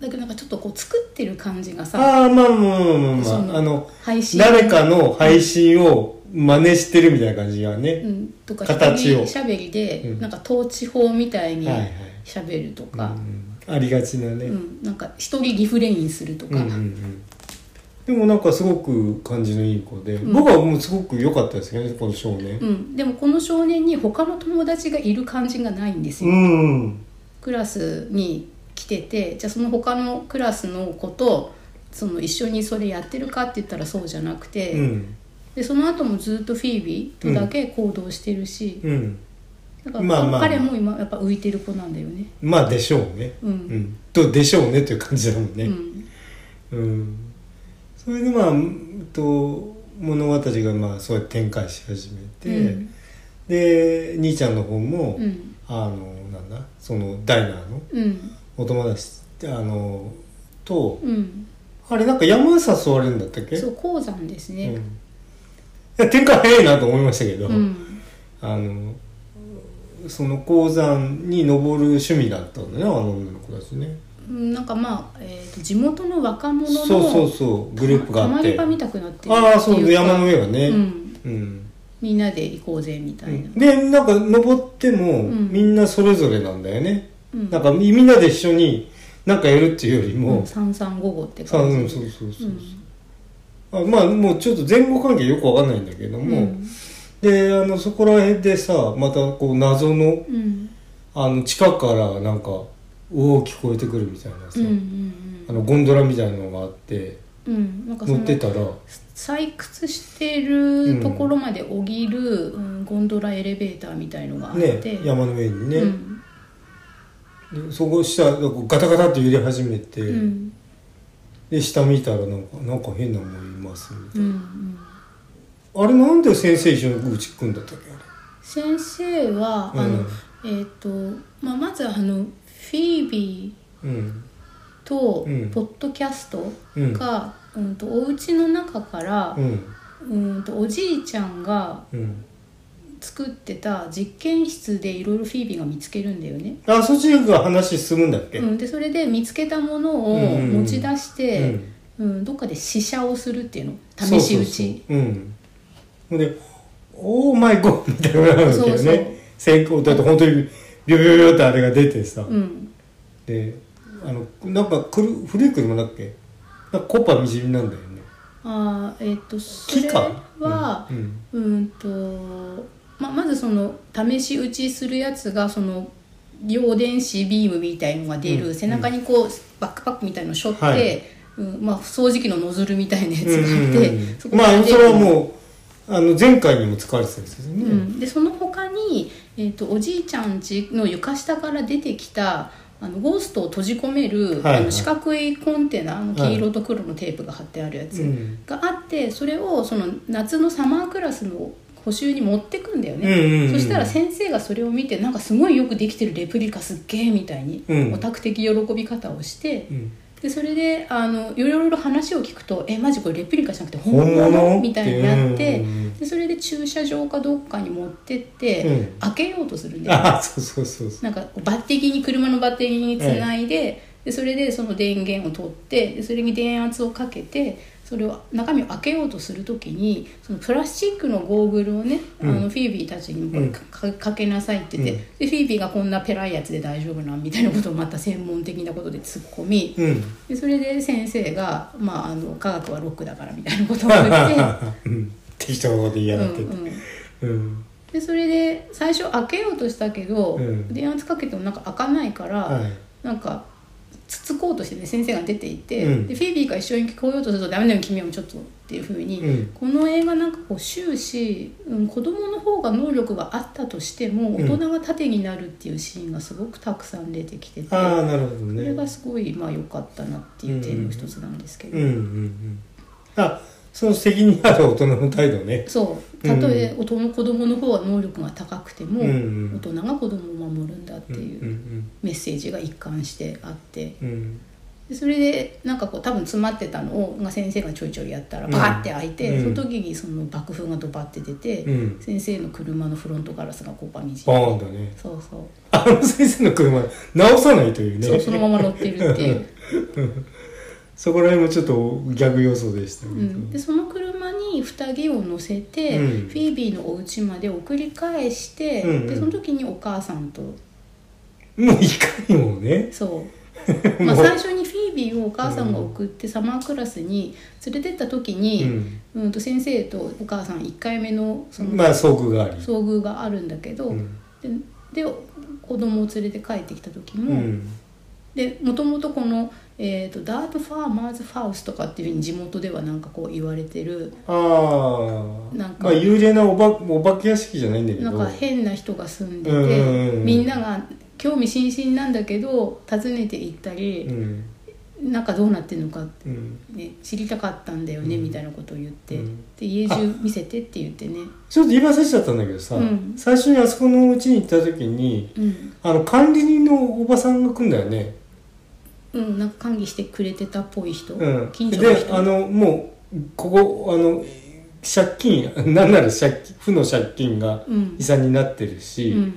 Speaker 2: だけどなんかちょっとこう作ってる感じがさ
Speaker 1: ああーまあまあまあまあま
Speaker 2: そ
Speaker 1: ああの
Speaker 2: 配信
Speaker 1: 誰かの配信を真似してるみたいな感じがね
Speaker 2: う、ん、とか
Speaker 1: 形を
Speaker 2: しゃべりで、
Speaker 1: うん
Speaker 2: なんか統治法みたいに
Speaker 1: はいはい
Speaker 2: しゃべると
Speaker 1: うんう
Speaker 2: か、
Speaker 1: んありがちな
Speaker 2: うん
Speaker 1: ね、
Speaker 2: なんか一人リフレインすると
Speaker 1: うん
Speaker 2: か、
Speaker 1: うんうんでもなんかすごく感じのいい子で、
Speaker 2: うん
Speaker 1: 僕はもうすごく良かったですよねこの少年
Speaker 2: うんでもこの少年に他の友達がいる感じがないんです
Speaker 1: う
Speaker 2: よ、
Speaker 1: ん、うん
Speaker 2: クラスに来ててじゃあその他のクラスの子とその一緒にそれやってるかって言ったらそうじゃなくて、
Speaker 1: うん
Speaker 2: でその後もずっとフィービーとだけ行動してるし、
Speaker 1: うん、
Speaker 2: だから、
Speaker 1: まあまあ
Speaker 2: 彼も今やっぱ浮いてる子なんだよね
Speaker 1: まあでしょうね、
Speaker 2: うん
Speaker 1: うん、とでしょうねという感じだもんね、
Speaker 2: うん
Speaker 1: うん、それでまあうんと物語がまあそうやって展開し始めて、
Speaker 2: うん
Speaker 1: で兄ちゃんの方も、
Speaker 2: うん
Speaker 1: あのなんだそのダイナーの
Speaker 2: うん
Speaker 1: お友達あのと、
Speaker 2: うん
Speaker 1: あれなんか山誘われるんだったっけ
Speaker 2: そう鉱山です
Speaker 1: うん、い
Speaker 2: ね
Speaker 1: や展開早いなと思いましたけど、
Speaker 2: うん、
Speaker 1: あのその鉱山に登る趣味だったんだねあの女の子たちね
Speaker 2: うんなんかまあ、えー、と地元の若者の
Speaker 1: そうそうそうグループが
Speaker 2: た
Speaker 1: あ
Speaker 2: ま
Speaker 1: っ
Speaker 2: り
Speaker 1: て
Speaker 2: 場見たくなってる
Speaker 1: ああそう
Speaker 2: っていか
Speaker 1: 山の上がね
Speaker 2: うん、
Speaker 1: うん
Speaker 2: みんなで行こうぜみたいな、
Speaker 1: でなんか登っても、
Speaker 2: ん
Speaker 1: みんなそれぞれなんだよね、
Speaker 2: うん
Speaker 1: なんかみみんなで一緒になんかやるっていうより
Speaker 2: う
Speaker 1: も、
Speaker 2: ん、三三五五って
Speaker 1: さう
Speaker 2: 感
Speaker 1: ん
Speaker 2: じ、
Speaker 1: そうそうそうそううんあまあもうちょっと前後関係よくわかんないんだけども、
Speaker 2: うん
Speaker 1: であのそこら辺でさまたこう謎の
Speaker 2: うん
Speaker 1: あの地下からなんか「おお聞こえてくる」みたいなさ、
Speaker 2: うんうん
Speaker 1: あのゴンドラみたいなのがあって
Speaker 2: うんうんなんかそ
Speaker 1: 乗
Speaker 2: の
Speaker 1: ってたら
Speaker 2: 採掘してるところまで降りる、うんゴンドラエレベーターみたいのがあって、
Speaker 1: ね山の上にね、
Speaker 2: うん
Speaker 1: でそこ下なんかガタガタって揺れ始めて、
Speaker 2: うん
Speaker 1: で下見たらなんかなんか変なもんいますみたいな
Speaker 2: うんうん、
Speaker 1: あれなんで先生一緒にうち組んだったっけあ
Speaker 2: 先生は
Speaker 1: れ。
Speaker 2: あの、
Speaker 1: うん
Speaker 2: えっ、と、まあ、まずあのフィービー
Speaker 1: うん。
Speaker 2: と
Speaker 1: うん
Speaker 2: ポッドキャスト
Speaker 1: うん
Speaker 2: が、うんとお家の中から
Speaker 1: う、ん。
Speaker 2: うん、とおじいちゃんが
Speaker 1: うん。
Speaker 2: 作ってた実験室でいろいろフィービーが見つけるんだよね。
Speaker 1: あ、そっちが話進むんだっけ
Speaker 2: うん、でそれで見つけたものを
Speaker 1: うんうんうん
Speaker 2: 持ち出して、
Speaker 1: うん
Speaker 2: うん、どっかで試写をするっていうの試し
Speaker 1: そうそう
Speaker 2: 打ち。
Speaker 1: そううん。ほんで、オーマイゴーみたいなのがあるんだ
Speaker 2: そうそ
Speaker 1: よ
Speaker 2: う
Speaker 1: ね。成功だって本当にビョビョビョってあれが出てさ。
Speaker 2: うん
Speaker 1: で、あの、なんかくる古い車だっけなんかコッパみじみなんだよね。
Speaker 2: あーえっとそ
Speaker 1: 木
Speaker 2: れ
Speaker 1: か。
Speaker 2: は
Speaker 1: うんうん
Speaker 2: うんとままずその試し打ちするやつがその陽電子ビームみたいのが出る、
Speaker 1: うん
Speaker 2: 背中にこうバックパックみたいのを背負って、
Speaker 1: はい
Speaker 2: うんまあ、掃除機のノズルみたいなやつ
Speaker 1: うん
Speaker 2: があって、そこ
Speaker 1: まあ
Speaker 2: で
Speaker 1: それはもうあの前回にも使われてたんですよね、
Speaker 2: うん、でその他に、えー、とおじいちゃん家の床下から出てきたあのゴーストを閉じ込め
Speaker 1: はい
Speaker 2: る、
Speaker 1: はい
Speaker 2: あの四角いコンテナあの黄色と黒のテープが貼ってあるやつ
Speaker 1: うん
Speaker 2: があって、それをその夏のサマークラスの補習に持ってくんだよね、
Speaker 1: うんうんうん
Speaker 2: そしたら先生がそれを見てなんかすごいよくできてるレプリカすっげえみたいに、
Speaker 1: うん
Speaker 2: オタク的喜び方をして
Speaker 1: うん
Speaker 2: でそれであのいろいろ話を聞くと「えマジこれレプリカじゃなくて
Speaker 1: 本
Speaker 2: 本
Speaker 1: 物
Speaker 2: 物?」みたいになって。
Speaker 1: うんうん
Speaker 2: でそれで駐車場かどっかに持ってって、
Speaker 1: うん
Speaker 2: 開けようとするん
Speaker 1: うん
Speaker 2: だよ
Speaker 1: あそうそうそうそ
Speaker 2: なんかバッテリーに車のバッテリーにつないで,、でそれでその電源を取ってでそれに電圧をかけてそれを中身を開けようとする時にそのプラスチックのゴーグルをね、
Speaker 1: うん
Speaker 2: あのフィービーたちにこ
Speaker 1: う
Speaker 2: れ
Speaker 1: ん
Speaker 2: か,、かけなさいって言って、
Speaker 1: うん
Speaker 2: でフィービーがこんなペラいやつで大丈夫なんみたいなことをまた専門的なことで突っ込み、
Speaker 1: ううん
Speaker 2: でそれで先生が、まあ、あの科学はロックだからみたいなこと
Speaker 1: <laughs>
Speaker 2: を言って。
Speaker 1: うん適当なこと言いやがって
Speaker 2: うんう
Speaker 1: う
Speaker 2: ん
Speaker 1: ん
Speaker 2: でそれで最初開けようとしたけど、
Speaker 1: うん
Speaker 2: 電圧かけてもなんか開かないから、
Speaker 1: はい
Speaker 2: なんかつつこうとしてね先生が出ていて、
Speaker 1: うん
Speaker 2: でフィービーが一緒に聞こえようとすると「ダメだよ君はもうちょっと」っていうふうに、
Speaker 1: うん
Speaker 2: この映画なんかこう終始、うん、子供の方が能力があったとしても
Speaker 1: うん
Speaker 2: 大人が盾になるっていうシーンがすごくたくさん出てきてて、
Speaker 1: ああなるほど
Speaker 2: それが
Speaker 1: ね
Speaker 2: すごいまあ良かったなっていう点の一つなんですけど。
Speaker 1: うんうんうんあその責任ある大人の態度ね
Speaker 2: そうたとえ大人子供の方は能力が高くても、
Speaker 1: うんうん
Speaker 2: 大人が子供を守るんだって
Speaker 1: うんう
Speaker 2: いう、
Speaker 1: ん
Speaker 2: メッセージが一貫してあって
Speaker 1: うんうん
Speaker 2: でそれでなんかこう多分詰まってたのをが先生がちょいちょいやったら
Speaker 1: うん
Speaker 2: バーって開いて、
Speaker 1: うん
Speaker 2: その時にその爆風がドバって出て、
Speaker 1: うん
Speaker 2: 先生の車のフロントガラスがこうバミジ
Speaker 1: バーンだね
Speaker 2: そうそう
Speaker 1: あの先生の車直さないというね
Speaker 2: そうそのまま乗ってるっ
Speaker 1: <laughs>
Speaker 2: ていう、
Speaker 1: そこら辺もちょっとギャグ要素でしたけ
Speaker 2: う
Speaker 1: ど、
Speaker 2: ん、でその車に二人を乗せて、
Speaker 1: うん
Speaker 2: フィービーのお家まで送り返して、
Speaker 1: うんうん
Speaker 2: でその時にお母さんと
Speaker 1: もういかにもね <laughs>
Speaker 2: そう、まあ、
Speaker 1: もう
Speaker 2: 最初にフィービーをお母さんが送ってサマークラスに連れてった時に、
Speaker 1: うん
Speaker 2: うんと先生とお母さん1回目のその
Speaker 1: まあ遭遇があり
Speaker 2: 遭遇があるんだけど、
Speaker 1: うん
Speaker 2: でで子供を連れて帰ってきた時
Speaker 1: う
Speaker 2: も、
Speaker 1: ん
Speaker 2: でもともとこの、えーと「ダート・ファーマーズ・ファウス」とかっていうふうに地元ではなんかこう言われてる
Speaker 1: ああ
Speaker 2: なんか
Speaker 1: まあ幽霊なおばお化け屋敷じゃないんだけど
Speaker 2: なんか変な人が住んでて、
Speaker 1: うんうんうん
Speaker 2: みんなが興味津々なんだけど訪ねて行ったり
Speaker 1: う、ん
Speaker 2: なんかどうなってるのかって。
Speaker 1: うん
Speaker 2: ね、知りたかったんだよね、
Speaker 1: うん
Speaker 2: みたいなことを言って、
Speaker 1: うん
Speaker 2: で家中見せてって言ってね、
Speaker 1: ちょっと言い忘れちゃったんだけどさ、
Speaker 2: うん
Speaker 1: 最初にあそこの家に行った時に
Speaker 2: うん
Speaker 1: あの管理人のおばさんが来んだよね、
Speaker 2: うん、なんか管理してくれてたっぽい人、
Speaker 1: うん、
Speaker 2: 近所の
Speaker 1: で
Speaker 2: 人
Speaker 1: あのもうここあの借金 <laughs> なんなら借金負の借金が
Speaker 2: うん
Speaker 1: 遺産になってるし、
Speaker 2: うん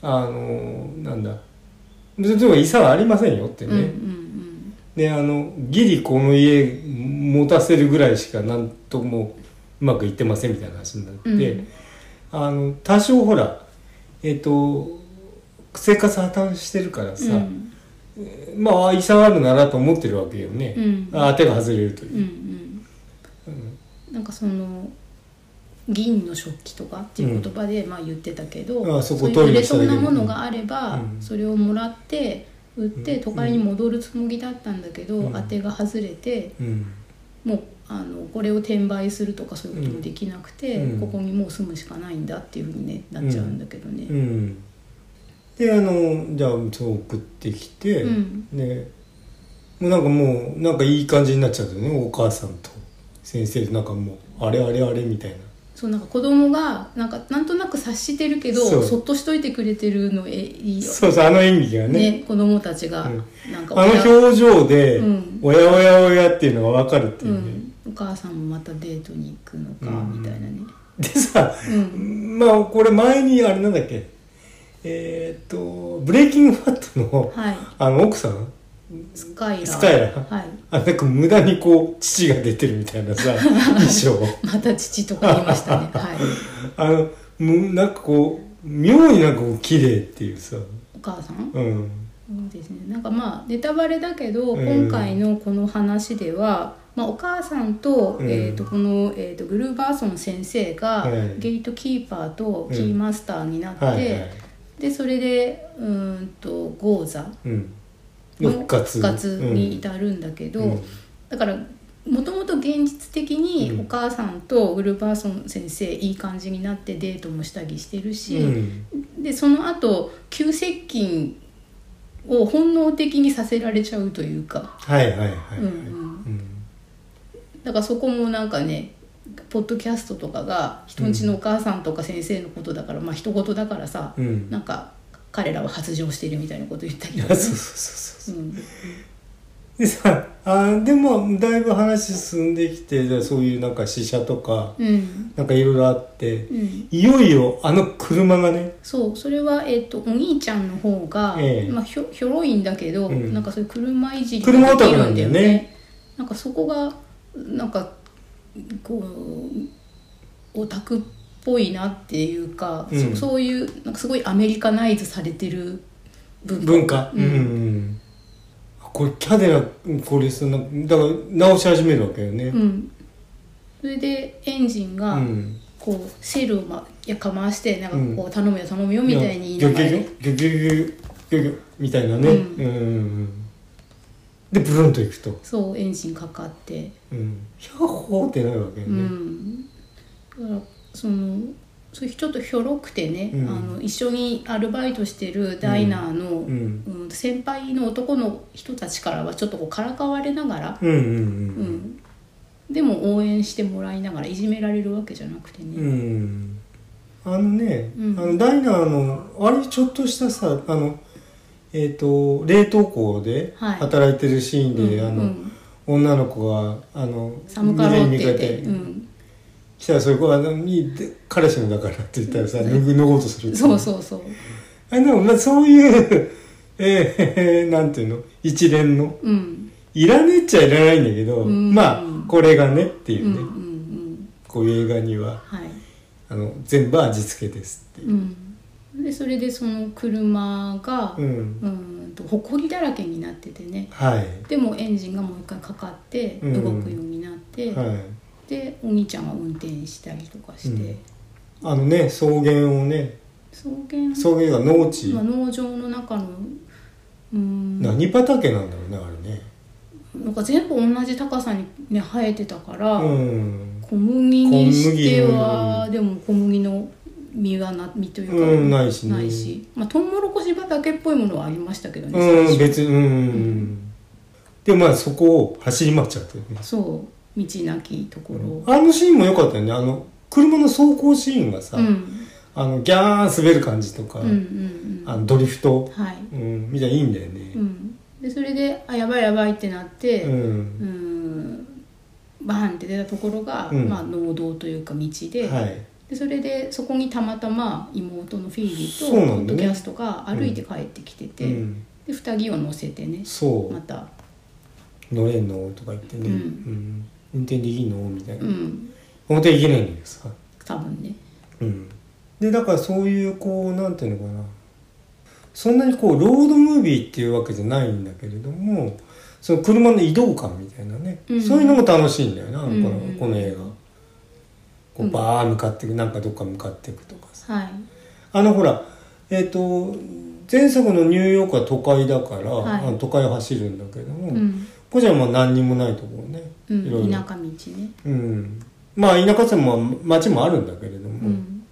Speaker 1: あのなんだででも遺産はありませんよって
Speaker 2: う
Speaker 1: ね、
Speaker 2: んうん
Speaker 1: であのギリこの家持たせるぐらいしかなんともうまくいってませんみたいな話になって、
Speaker 2: うん
Speaker 1: あの多少ほらえっ、と生活破綻してるから
Speaker 2: うん
Speaker 1: さ、まあ遺産あるならと思ってるわけよね、
Speaker 2: うん
Speaker 1: あ手が外れるというう、
Speaker 2: んうんなんかその銀の食器とかっていう言葉でまあ言ってたけど、
Speaker 1: あそこ
Speaker 2: ういう
Speaker 1: トイ
Speaker 2: 売
Speaker 1: レ
Speaker 2: れ
Speaker 1: した
Speaker 2: そ
Speaker 1: だ
Speaker 2: う
Speaker 1: けで
Speaker 2: なものがあれば、
Speaker 1: うん
Speaker 2: それをもらって売って
Speaker 1: うん
Speaker 2: 都会に戻るつもりだったんだけど、
Speaker 1: うん
Speaker 2: 当てが外れて
Speaker 1: うん
Speaker 2: もうあのこれを転売するとかそういうこともできなくて、
Speaker 1: うん
Speaker 2: ここにもう住むしかないんだっていうふうに、ね、なっちゃうんだけどね。
Speaker 1: うんであのじゃあそう送ってきて、
Speaker 2: うん
Speaker 1: でもうなんかもうなんかいい感じになっちゃうよねお母さんと先生となんかもうあれあれあれみたいな
Speaker 2: そうなんか子供がなんかなんとなく察してるけど
Speaker 1: そう
Speaker 2: そっとしといてくれてるのえいいよ
Speaker 1: そうそうあの演技がね
Speaker 2: ね子供たち
Speaker 1: う
Speaker 2: が、
Speaker 1: ん
Speaker 2: なんか
Speaker 1: あの表情で
Speaker 2: うん
Speaker 1: 「おやおやおや」っていうのが分かるっていううね、
Speaker 2: ん、お母さんもまたデートに行くのか、
Speaker 1: うん
Speaker 2: みたいなね
Speaker 1: でさ
Speaker 2: うん
Speaker 1: まあこれ前にあれなんだっけえーっと「ブレイキングファットの」
Speaker 2: はい
Speaker 1: あの奥さん
Speaker 2: スカイラ
Speaker 1: スカイラ
Speaker 2: はい
Speaker 1: あなんか無駄にこう父が出てるみたいな
Speaker 2: <laughs>
Speaker 1: さ衣装
Speaker 2: また父とか言いましたねはい
Speaker 1: あのむなんかこう妙になんかこう綺麗っていうさ
Speaker 2: お母さん
Speaker 1: うん
Speaker 2: そうですねなんかまあネタバレだけど、
Speaker 1: うん
Speaker 2: 今回のこの話では、まあ、お母さんと,、
Speaker 1: うん
Speaker 2: えー、とこの、えー、とグルーバーソン先生が、
Speaker 1: はい
Speaker 2: ゲートキーパーとキーマスターになって、
Speaker 1: はいはい
Speaker 2: でそれでうーんと豪座
Speaker 1: うん
Speaker 2: の
Speaker 1: 復活
Speaker 2: に至るんだけど、
Speaker 1: うん
Speaker 2: だからもともと現実的に
Speaker 1: うん
Speaker 2: お母さんとウルバーソン先生いい感じになってデートも下着してるし、
Speaker 1: うん
Speaker 2: でその後急接近を本能的にさせられちゃうというか、
Speaker 1: はいはいはいはい、
Speaker 2: うんう
Speaker 1: うんう
Speaker 2: ん、
Speaker 1: ん
Speaker 2: だからそこもなんかねポッドキャストとかが人んちのお母さんとか先生のことだから、まあ人事だからさ、
Speaker 1: うん
Speaker 2: なんか彼らは発情してるみたいなこと言った
Speaker 1: い
Speaker 2: り
Speaker 1: や
Speaker 2: と
Speaker 1: そう <laughs> そ
Speaker 2: かね
Speaker 1: うそうそう
Speaker 2: うん
Speaker 1: でさあーでもだいぶ話進んできてじゃあそういうなんか試写とか
Speaker 2: うん
Speaker 1: なんかいろいろあって
Speaker 2: うん
Speaker 1: いよいよあの車がね
Speaker 2: そうそれは、えっとお兄ちゃんの方が、
Speaker 1: ええ
Speaker 2: まあ、ひょひょろいんだけど、
Speaker 1: うん
Speaker 2: なんかそういう車いじり
Speaker 1: 車
Speaker 2: が
Speaker 1: オ
Speaker 2: で
Speaker 1: タ
Speaker 2: き
Speaker 1: クな
Speaker 2: る
Speaker 1: ん
Speaker 2: ん
Speaker 1: だよ
Speaker 2: だよ
Speaker 1: ね
Speaker 2: ねなんかそこがなんかこうオタクっぽいなっていうか、そ
Speaker 1: うん
Speaker 2: そそういうなんかすごいアメリカナイズされてる文化
Speaker 1: 文化
Speaker 2: うん
Speaker 1: んこれキャデラこれさなだから直し始めるわけよね
Speaker 2: うんそれでエンジンが、
Speaker 1: うん
Speaker 2: こうセールを、ま、やかましてなんかこ
Speaker 1: う
Speaker 2: う頼むよ頼むよみたいに
Speaker 1: ギョ
Speaker 2: 言い
Speaker 1: ギ
Speaker 2: な
Speaker 1: ョ
Speaker 2: が
Speaker 1: ギ
Speaker 2: らね
Speaker 1: ョギョギョギョギョギョみたいなね、
Speaker 2: う
Speaker 1: う
Speaker 2: ん
Speaker 1: んうんうんでブルンと行くと、
Speaker 2: そうエンジンかかって。
Speaker 1: うん、ヒャッホーってなるわけよ
Speaker 2: う
Speaker 1: ね、
Speaker 2: ん、だからそのそういうちょっとひょろくてね、
Speaker 1: うん
Speaker 2: あの一緒にアルバイトしてるダイナーの、
Speaker 1: う
Speaker 2: うんん先輩の男の人たちからはちょっとこうからかわれながら、
Speaker 1: うんうん
Speaker 2: う
Speaker 1: うん
Speaker 2: ん、でも応援してもらいながらいじめられるわけじゃなくて
Speaker 1: うん、
Speaker 2: ね、
Speaker 1: あのね、
Speaker 2: うん
Speaker 1: あのダイナーのあれちょっとしたさあのえっ、と冷凍庫で
Speaker 2: はい
Speaker 1: 働いてるシーン
Speaker 2: うん
Speaker 1: で、あの、
Speaker 2: うん
Speaker 1: 女の子があの
Speaker 2: 寒かろうって
Speaker 1: 未練に
Speaker 2: 言って、
Speaker 1: こうや
Speaker 2: うん、
Speaker 1: 来たらそれこうあのにで彼氏のだからって言ったらさ脱ぐ脱ごうとするってい
Speaker 2: そうそうそう、
Speaker 1: あでもまあそういう、 <laughs> えー、なんていうの一連の
Speaker 2: うん
Speaker 1: いらねえっちゃいらないんだけど、
Speaker 2: うん
Speaker 1: まあこれがねって
Speaker 2: う
Speaker 1: い
Speaker 2: んう
Speaker 1: うんね、
Speaker 2: うん
Speaker 1: こういう映画には
Speaker 2: はい
Speaker 1: あの全部味付けですっていう。
Speaker 2: うん、でそれでその車が、
Speaker 1: うん、
Speaker 2: うんと埃だらけになっててね
Speaker 1: はい、
Speaker 2: でもエンジンがもう一回かかって
Speaker 1: うん
Speaker 2: 動くようになって、
Speaker 1: はい、
Speaker 2: でお兄ちゃんは運転したりとかして、
Speaker 1: うんあのね草原をね
Speaker 2: 草原
Speaker 1: 草原が農地、
Speaker 2: まあ、農場の中のうんな
Speaker 1: 何畑なんだろうねあれね。
Speaker 2: んか全部同じ高さに、ね、生えてたから、
Speaker 1: うん、
Speaker 2: 小麦にしては
Speaker 1: 小
Speaker 2: でも小麦の実がな実というか、
Speaker 1: うんないしね
Speaker 2: ないしまあ、トウモロコシ畑っぽいものはありましたけどね、最
Speaker 1: う
Speaker 2: 初
Speaker 1: ん、別にうん、でまあそこを走り回っちゃってね。
Speaker 2: そう道なきところ、
Speaker 1: あのシーンも良かったよねあの車の走行シーンがさ、
Speaker 2: うん、
Speaker 1: あのギャーン滑る感じとか、
Speaker 2: うんうんう
Speaker 1: あ
Speaker 2: ん
Speaker 1: のドリフト、
Speaker 2: はい
Speaker 1: うん、みたいにいいんだよ
Speaker 2: う
Speaker 1: ね。
Speaker 2: ん、でそれで「あやばいやばい」ってなって、
Speaker 1: う
Speaker 2: うん
Speaker 1: ん、
Speaker 2: ーんバーンって出たところが、
Speaker 1: うん
Speaker 2: まあ、農道というか道で,、
Speaker 1: はい、
Speaker 2: でそれでそこにたまたま妹のフィービーと
Speaker 1: そうなんだ
Speaker 2: ポ
Speaker 1: ね
Speaker 2: ッドキャストが歩いて帰ってきてて、
Speaker 1: うん、
Speaker 2: で二着を乗せてね
Speaker 1: そ
Speaker 2: また、
Speaker 1: う乗れんのとか言ってね、う
Speaker 2: うんん
Speaker 1: 運転できんのみたいな、
Speaker 2: うん、
Speaker 1: 運転できないんですか、
Speaker 2: 多分ね。
Speaker 1: うん、でだからそういうこうなんていうのかなそんなにこうロードムービーっていうわけじゃないんだけれどもその車の移動感みたいなね、
Speaker 2: うん
Speaker 1: そういうのも楽しいんだよな、
Speaker 2: うん
Speaker 1: このこの映画。こうバー向かっていくなんかどっか向かっていくとかさ
Speaker 2: はい
Speaker 1: あのほらえっ、と前作のニューヨークは都会だから、
Speaker 2: はい
Speaker 1: あの都会を走るんだけども、
Speaker 2: うん
Speaker 1: こっちはもう何にもないところね、
Speaker 2: う
Speaker 1: いろい
Speaker 2: ん、
Speaker 1: ろ
Speaker 2: 田、舎道ね、
Speaker 1: うん、まあ田舎さも町もあるんだけれど
Speaker 2: う
Speaker 1: も、
Speaker 2: ん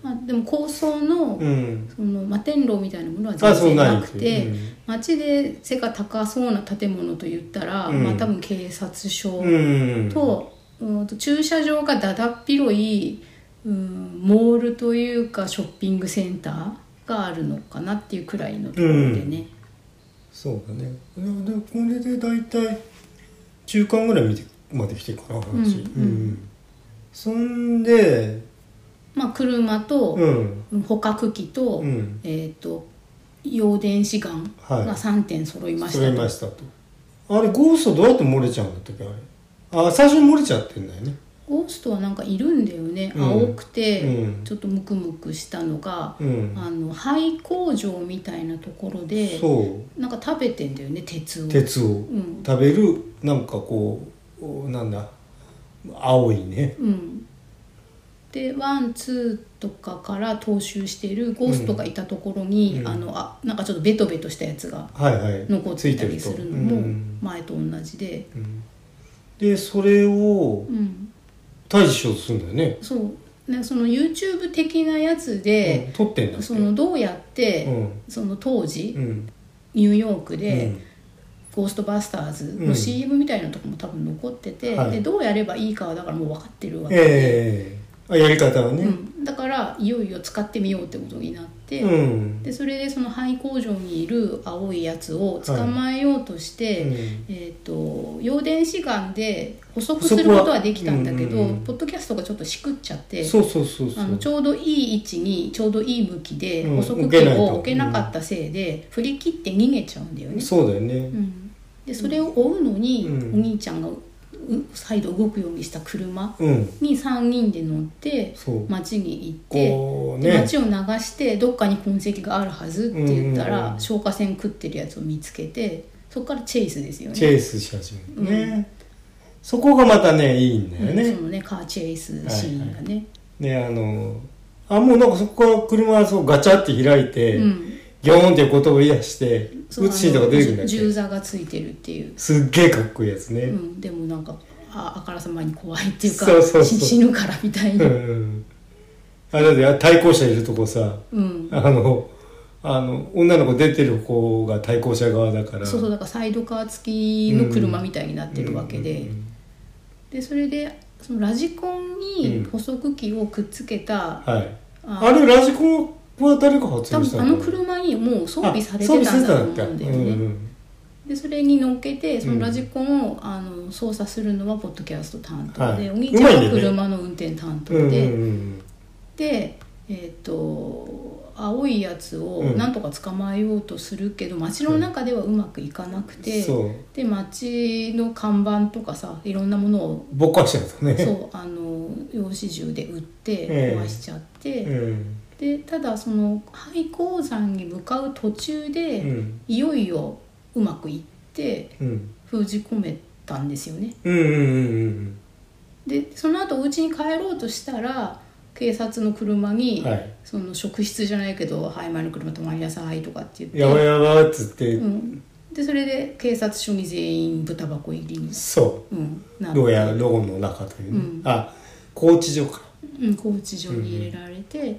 Speaker 2: まあ、でも高層の,、
Speaker 1: うん
Speaker 2: その摩天楼みたいなものは
Speaker 1: あ
Speaker 2: 全
Speaker 1: そう
Speaker 2: 然
Speaker 1: ない
Speaker 2: な
Speaker 1: っ
Speaker 2: く
Speaker 1: て
Speaker 2: て、
Speaker 1: いう
Speaker 2: 街で背が高そうな建物と言ったら、
Speaker 1: うん
Speaker 2: まあ、多分警察署
Speaker 1: うん、
Speaker 2: と,、うん、と駐車場がだだっ広い、うん、モールというかショッピングセンターがあるのかなっていうくらいのところでね、
Speaker 1: そうだねででこれで大体中間ぐらい見てまで来てるかな話、
Speaker 2: うん
Speaker 1: そんで
Speaker 2: まあ、車と
Speaker 1: う、ん
Speaker 2: 捕獲器と,、
Speaker 1: うん
Speaker 2: えー、と陽電子ガン
Speaker 1: はい
Speaker 2: が3点揃いまし
Speaker 1: 取れ
Speaker 2: た
Speaker 1: ま
Speaker 2: と
Speaker 1: したとあれゴーストどうやって漏れちゃうんだったっけあれあ最初に漏れちゃってんだよね
Speaker 2: ゴーストはなんかいるんだよね、
Speaker 1: うん
Speaker 2: 青くて
Speaker 1: うん
Speaker 2: ちょっとムクムクしたのが、
Speaker 1: うん
Speaker 2: あの廃工場みたいなところで
Speaker 1: そ
Speaker 2: なんか食べてんだよね鉄を
Speaker 1: う鉄を
Speaker 2: うん、
Speaker 1: 食べるなんかこうおなんだ青いね
Speaker 2: うん、でワンツーとかから踏襲しているゴーストがいたところに、
Speaker 1: うん
Speaker 2: あのあなんかちょっとベトベトしたやつが
Speaker 1: はいはい
Speaker 2: 残ってたり
Speaker 1: つい
Speaker 2: す
Speaker 1: て
Speaker 2: る
Speaker 1: ると
Speaker 2: の
Speaker 1: う
Speaker 2: も
Speaker 1: ん
Speaker 2: 前と同じで、
Speaker 1: うんでそれを
Speaker 2: うん、
Speaker 1: 対処するんだよね、
Speaker 2: そうなんかその YouTube 的なやつで、
Speaker 1: うん撮ってんだっけ
Speaker 2: そのどうやっ
Speaker 1: う
Speaker 2: て、
Speaker 1: ん
Speaker 2: その当時、
Speaker 1: うん
Speaker 2: ニューヨークで、
Speaker 1: うん
Speaker 2: ゴーストバスターズ
Speaker 1: うん
Speaker 2: の CM みたいなとこも多分残ってて、
Speaker 1: はい
Speaker 2: でどうやればいいかはだからもう分かってるわけで、
Speaker 1: ええあやり方は
Speaker 2: う
Speaker 1: ね
Speaker 2: ん、だからいよいよ使ってみようってことになって、
Speaker 1: うん
Speaker 2: でそれでその廃工場にいる青いやつを捕まえようとして、
Speaker 1: うん
Speaker 2: えー、と陽電子眼で捕捉することはできたんだけ
Speaker 1: うん
Speaker 2: ど、
Speaker 1: うんうん
Speaker 2: ポッドキャストがちょっとしくっちゃって
Speaker 1: そうそうそうそ
Speaker 2: あの
Speaker 1: う
Speaker 2: ちょうどいい位置にちょうどいい向きで
Speaker 1: うん
Speaker 2: 捕捉
Speaker 1: 受け
Speaker 2: 器
Speaker 1: ないと
Speaker 2: を置けなかったせいで、振り切って逃げちゃうんだよね。
Speaker 1: そうだよね
Speaker 2: うんでそれを追うのに、
Speaker 1: うん
Speaker 2: お兄ちゃんがう再度動くようにした車
Speaker 1: うん
Speaker 2: に3人で乗って
Speaker 1: そう
Speaker 2: 街に行って、
Speaker 1: こう
Speaker 2: で
Speaker 1: ね
Speaker 2: 街を流してどっかに痕跡があるはずって言った
Speaker 1: うん
Speaker 2: ら、
Speaker 1: うんうん
Speaker 2: 消火栓食ってるやつを見つけてそこからチェイスですよね。
Speaker 1: チェイスし始めるね、
Speaker 2: うん
Speaker 1: そこがまたねいいんだよね、
Speaker 2: うんそのねカーチェイスシーンがね。
Speaker 1: であのあもうなんかそこから車がそうガチャって開いて、
Speaker 2: うん
Speaker 1: ギョーンって言葉を言い出して
Speaker 2: そう
Speaker 1: 撃つシーンとか出てくるんだっ
Speaker 2: あの銃
Speaker 1: け
Speaker 2: 座がついてるっていう、
Speaker 1: すっげえかっこいいやつね、
Speaker 2: う
Speaker 1: うん
Speaker 2: ん、でもなんかああからさまに怖いっていうか
Speaker 1: そうそうそう
Speaker 2: し死ぬからみたいな、
Speaker 1: あれで対向車いるとこさ
Speaker 2: うん、
Speaker 1: あのあの女の子出てる方が対向車側だから
Speaker 2: そうそうだからサイドカー付きの車みたいになってるわけで、
Speaker 1: うんうんうん
Speaker 2: でそれでそのラジコンに補足機をくっつけた、
Speaker 1: はい
Speaker 2: あ
Speaker 1: あれラジコンは誰か発
Speaker 2: 多
Speaker 1: 明した
Speaker 2: 分あ
Speaker 1: の
Speaker 2: の
Speaker 1: かな
Speaker 2: 車にもう装備され
Speaker 1: あ
Speaker 2: てたんだと
Speaker 1: 装
Speaker 2: 思う
Speaker 1: 備
Speaker 2: んだ
Speaker 1: さ
Speaker 2: よ
Speaker 1: れてたんだ
Speaker 2: ね、
Speaker 1: うんうん
Speaker 2: でそれに乗っけてそのラジコンを、あの操作するのはポッドキャスト担当で、
Speaker 1: はい
Speaker 2: お兄ちゃ
Speaker 1: うまいんだ
Speaker 2: んは
Speaker 1: よね
Speaker 2: 車の運転担当で、
Speaker 1: うんうん
Speaker 2: でえっ、と青いやつを
Speaker 1: うん
Speaker 2: なんとか捕まえようとするけど、街の中ではうまくいかなく
Speaker 1: うん
Speaker 2: て、
Speaker 1: そう
Speaker 2: で街の看板とかさいろんなものを
Speaker 1: ぼっかしちゃったね
Speaker 2: そうあの用紙銃で撃って
Speaker 1: ええ
Speaker 2: 壊しちゃって、
Speaker 1: うん
Speaker 2: でただその廃鉱山に向かう途中
Speaker 1: う
Speaker 2: で、
Speaker 1: ん
Speaker 2: いよいようまくいって
Speaker 1: うん
Speaker 2: 封じ込めたんですよね
Speaker 1: うんうんうん
Speaker 2: でその後お家に帰ろうとしたら警察の車
Speaker 1: う
Speaker 2: に、
Speaker 1: んはい
Speaker 2: その職質じゃないけど「はい前の車止まりなさい」とかって
Speaker 1: や
Speaker 2: 言
Speaker 1: ば
Speaker 2: っ
Speaker 1: い
Speaker 2: て、
Speaker 1: やばいっつって、
Speaker 2: うん、でそれで警察署に全員豚箱入りに、
Speaker 1: そ
Speaker 2: うん、な
Speaker 1: う
Speaker 2: って
Speaker 1: 牢や牢の中というね、
Speaker 2: うん
Speaker 1: あ拘置所か、
Speaker 2: うん、拘置所に入れられて。
Speaker 1: うん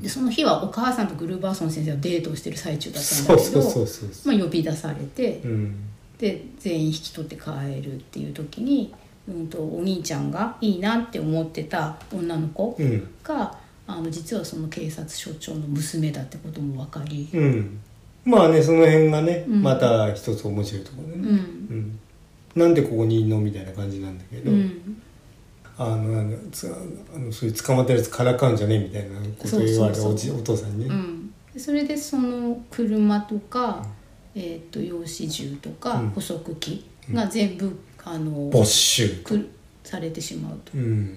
Speaker 2: で、その日はお母さんとグルーバーソン先生はデートをしてる最中だったん
Speaker 1: そ
Speaker 2: だ
Speaker 1: う
Speaker 2: け
Speaker 1: そうそ
Speaker 2: ど
Speaker 1: うそうそ
Speaker 2: まあ呼び出されて、
Speaker 1: う、うん、
Speaker 2: で全員引き取って帰るっていう時に、うん、とお兄ちゃんがいいなって思ってた女の子
Speaker 1: うん
Speaker 2: が、あの実はその警察署長の娘だってことも分かり、
Speaker 1: うんまあねその辺がね、
Speaker 2: うん
Speaker 1: また一つ面白いところで
Speaker 2: うん
Speaker 1: ね、うんなんでここにいんのみたいな感じなんだけ
Speaker 2: う
Speaker 1: ど、
Speaker 2: ん
Speaker 1: あのあのつあのそういう捕まったやつからかうんじゃねえみたいなこと言われた
Speaker 2: そうそうそう
Speaker 1: おじお父さんに
Speaker 2: う
Speaker 1: ね、
Speaker 2: ん、でそれでその車とか、えー、と用紙銃とか
Speaker 1: うん
Speaker 2: 捕捉器が全部、あの
Speaker 1: 没収
Speaker 2: くされてしまうと。
Speaker 1: うん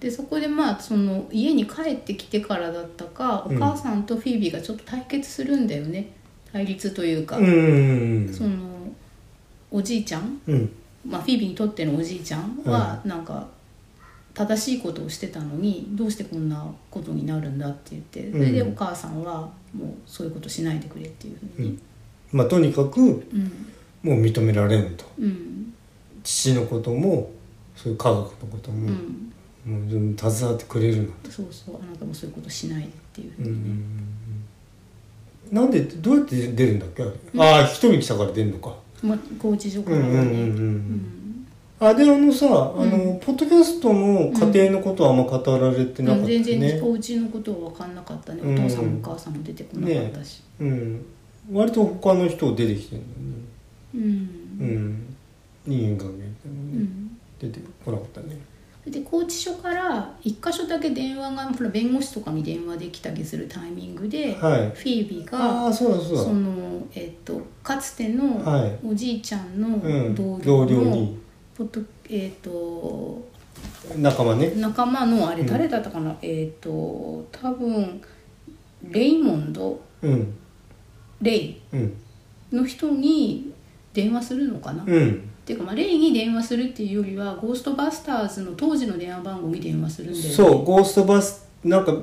Speaker 2: でそこでまあその家に帰ってきてからだったかお
Speaker 1: うん
Speaker 2: 母さんとフィービーがちょっと対決するんだよね対立というか、
Speaker 1: うんうん
Speaker 2: そのおじいちゃん、
Speaker 1: うん
Speaker 2: まあ、フィービーにとってのおじいちゃんはなんか正しいことをしてたのにどうしてこんなことになるんだって言ってそれで
Speaker 1: う
Speaker 2: お
Speaker 1: ん
Speaker 2: 母さんはもうそういうことしないでくれっていうふうに
Speaker 1: まあとにかく
Speaker 2: うん
Speaker 1: もう認められんと
Speaker 2: うん
Speaker 1: 父のこともそういう科学のこと
Speaker 2: うん、
Speaker 1: も、もう携わってくれるなと、
Speaker 2: そうそうあなたもそういうことしないでっていうふ
Speaker 1: う
Speaker 2: うんにね、
Speaker 1: なんでどうやって出るんだっけあれ、ああ一人来たから出るのか
Speaker 2: まあ高知上からはね、
Speaker 1: うんうんうんうん
Speaker 2: うん
Speaker 1: あであのさ、あ
Speaker 2: う
Speaker 1: のポッドキャストの家庭のことはあんま語られてなかったね、
Speaker 2: 全然お家のことは分かんなかったね、
Speaker 1: うん
Speaker 2: お父さんもお母さんも出てこなかったし、
Speaker 1: うん、割と他の人出てきてるん
Speaker 2: うん
Speaker 1: だよねうん人間関係みたいな
Speaker 2: う
Speaker 1: のね、
Speaker 2: ん
Speaker 1: 出てこなかったね
Speaker 2: で拘置所から1箇所だけ電話がほら弁護士とかに電話できたりするタイミング
Speaker 1: はい
Speaker 2: で、フィービー
Speaker 1: ああ
Speaker 2: が
Speaker 1: そうだそうだ
Speaker 2: その、えっとかつての
Speaker 1: はい
Speaker 2: おじいちゃん
Speaker 1: うん、
Speaker 2: の
Speaker 1: 同
Speaker 2: 同
Speaker 1: 僚
Speaker 2: 僚の、
Speaker 1: に
Speaker 2: ポッドえっと
Speaker 1: 仲間ね
Speaker 2: 仲間のあ
Speaker 1: う
Speaker 2: れ
Speaker 1: ん
Speaker 2: 誰だったかな、えっと多分レイモンド
Speaker 1: うん
Speaker 2: レイ
Speaker 1: うん
Speaker 2: の人に電話するのかな、
Speaker 1: うん
Speaker 2: っていうか、まあ、レイに電話するっていうよりはゴーストバスターズの当時の電話番号に電話するんだよね
Speaker 1: そうゴーストバスなんか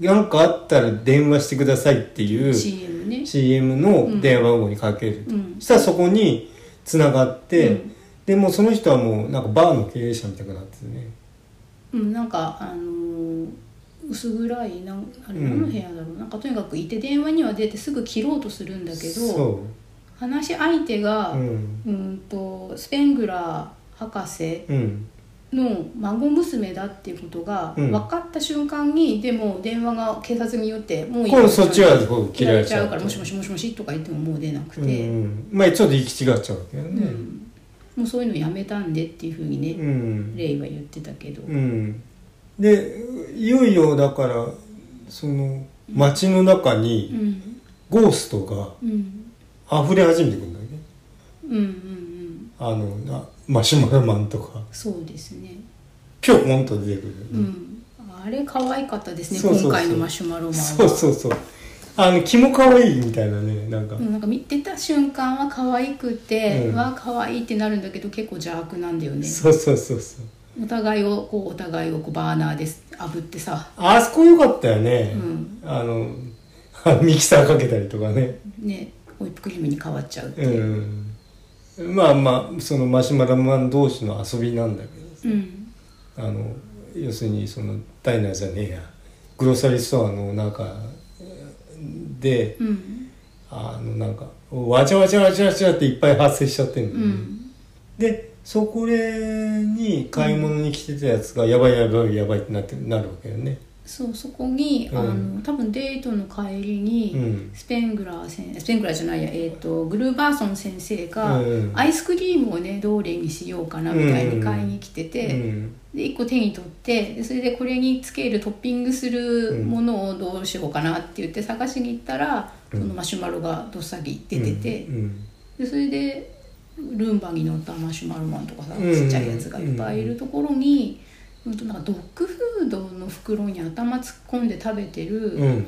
Speaker 1: なんかあったら電話してくださいっていう
Speaker 2: CM ね
Speaker 1: CM の電話番号にかける、
Speaker 2: うん
Speaker 1: そしたらそこに繋がって、
Speaker 2: うん
Speaker 1: でもうその人はもうなんかバーの経営者みたくなっててね
Speaker 2: うん、なんかあのー薄暗いなんあれ
Speaker 1: うん
Speaker 2: 何の部屋だろう、なんかとにかくいて電話には出てすぐ切ろうとするんだけど
Speaker 1: そ
Speaker 2: 話し相手が、
Speaker 1: ううん
Speaker 2: うーんとスペングラー博士
Speaker 1: うん
Speaker 2: の孫娘だっていうことが
Speaker 1: うん
Speaker 2: 分かった瞬間に、でも電話が警察によってもう
Speaker 1: こうそっちはこう切
Speaker 2: 切
Speaker 1: ら
Speaker 2: ら
Speaker 1: れ
Speaker 2: れ
Speaker 1: ち
Speaker 2: ち
Speaker 1: ゃ
Speaker 2: ゃ
Speaker 1: う
Speaker 2: うからもしもしもしもしとか言ってももう出なく
Speaker 1: うん
Speaker 2: て、
Speaker 1: うんまあちょっと行き違っちゃうわけど
Speaker 2: うん
Speaker 1: ね
Speaker 2: もうそういうのやめたんでっていうふうにね、
Speaker 1: うん
Speaker 2: レイは言ってたけど、
Speaker 1: うんでいよいよだからその街の中
Speaker 2: う
Speaker 1: に
Speaker 2: ん
Speaker 1: ゴーストが
Speaker 2: うん
Speaker 1: 溢れ始めてくるんだよね
Speaker 2: うんうんうん
Speaker 1: あのなマシュマロマンとか
Speaker 2: そうですね
Speaker 1: 今日ンと出てくるよね、
Speaker 2: うん、あれ可愛かったですね
Speaker 1: そうそうそう
Speaker 2: 今回のマシュマロマンは
Speaker 1: そうそうそうあの気も可愛いみたいなねなんか、
Speaker 2: うんなんか見てた瞬間は可愛くて、
Speaker 1: うん
Speaker 2: わ可愛いってなるんだけど結構邪悪なんだよね
Speaker 1: そうそうそうそう
Speaker 2: お互いをこうお互いをこうバーナーで炙ってさ、
Speaker 1: あそこ良かったよね、
Speaker 2: うん
Speaker 1: あの <laughs> ミキサーかけたりとかね
Speaker 2: ね、ホイップクリームに変わっちゃうっていう、
Speaker 1: うんまあまあそのマシュマロマン同士の遊びなんだけ
Speaker 2: うん
Speaker 1: どあの要するにそのダイナーじゃねえやグロサリーストアの中で
Speaker 2: うん
Speaker 1: あのなんかわちゃわちゃわちゃわちゃっていっぱい発生しちゃってる
Speaker 2: う
Speaker 1: の、
Speaker 2: ん
Speaker 1: でそこれに買い物に来てたやつがやばいやばいやばいってなってなるわけよね
Speaker 2: そうそこに、
Speaker 1: うん
Speaker 2: あの多分デートの帰りに、
Speaker 1: うん
Speaker 2: スペングラー先スペングラーじゃないや、えー、とグルーバーソン先生が、
Speaker 1: うん
Speaker 2: アイスクリームをねどれにしようかなみたいに買いに来てて、
Speaker 1: うん
Speaker 2: で1個手に取ってでそれでこれにつけるトッピングするものをどうしようかなって言って探しに行ったら、
Speaker 1: うん
Speaker 2: そのマシュマロがどっさり出てて、
Speaker 1: うん
Speaker 2: でそれでルンバに乗ったマシュマロマンとかさ、
Speaker 1: うん
Speaker 2: ちっちゃいやつがいっぱいいるところに、うんとなんかドッグフードの袋に頭突っ込んで食べてる、
Speaker 1: うんうん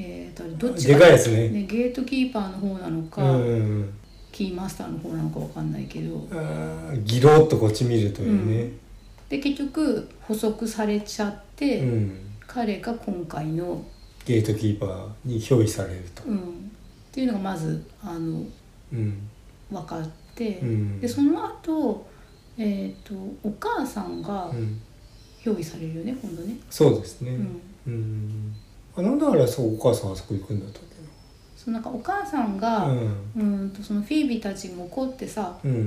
Speaker 2: えーとあれどっち
Speaker 1: でかいですね
Speaker 2: ね、ゲートキーパーの方なのか、
Speaker 1: うん
Speaker 2: キーマスターの方なのかわかんないけど。
Speaker 1: あーギロッとこっち見るという
Speaker 2: で結局捕捉されちゃって、
Speaker 1: ね、うん、
Speaker 2: 彼が今回の
Speaker 1: ゲートキーパーに憑依されると
Speaker 2: う、ん、っていうのがまずあの
Speaker 1: うん
Speaker 2: 分かって、
Speaker 1: うん
Speaker 2: でその後、えー、とお母さんが
Speaker 1: うん、
Speaker 2: 憑依されるよね今度ね、
Speaker 1: そうですね、う
Speaker 2: う
Speaker 1: ん
Speaker 2: ん、
Speaker 1: あなんであれそうお母さんあそこ行くんだったっ
Speaker 2: そのなんかお母さん
Speaker 1: け
Speaker 2: が、
Speaker 1: な
Speaker 2: う
Speaker 1: うん
Speaker 2: ーん、とそのフィービーたちが怒ってさ
Speaker 1: うん
Speaker 2: うー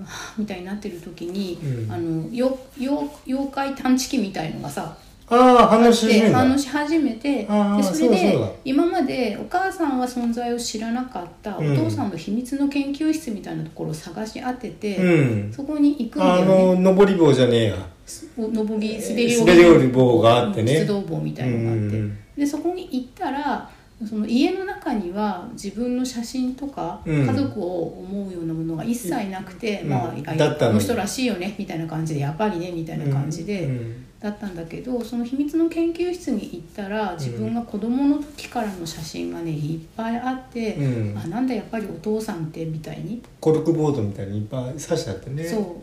Speaker 2: ん <laughs> はぁみたいになってる時に、
Speaker 1: うん
Speaker 2: あのよよ妖怪探知機みたいのがさ
Speaker 1: ああ話し始め
Speaker 2: で
Speaker 1: るんだ
Speaker 2: 反応し始めて
Speaker 1: あー
Speaker 2: でそ
Speaker 1: そ
Speaker 2: れで
Speaker 1: うだそうだ
Speaker 2: 今までお母さんは存在を知らなかったお
Speaker 1: うん
Speaker 2: 父さんの秘密の研究室みたいなところを探し当てて、
Speaker 1: うん
Speaker 2: そこに行くんだ
Speaker 1: あ
Speaker 2: よ
Speaker 1: の
Speaker 2: ね
Speaker 1: 上り棒じゃねえや
Speaker 2: おのぼぎ滑り
Speaker 1: 滑り降り棒があってね
Speaker 2: 出動棒みたいなのがあって、
Speaker 1: うん
Speaker 2: でそこに行ったらその家の中には自分の写真とか
Speaker 1: うん
Speaker 2: 家族を思うようなものが一切なくて、
Speaker 1: うん
Speaker 2: まあ、あ
Speaker 1: だったの
Speaker 2: この人らしいよねみたいな感じでやっぱりねみたいな感じで、
Speaker 1: うん
Speaker 2: だったんだけどその秘密の研究室に行ったら自分が子供の時からの写真がねいっぱいあって、
Speaker 1: うん
Speaker 2: あなんだやっぱりお父さんってみたいに、
Speaker 1: コルクボードみたいにいっぱい刺してあってね
Speaker 2: そ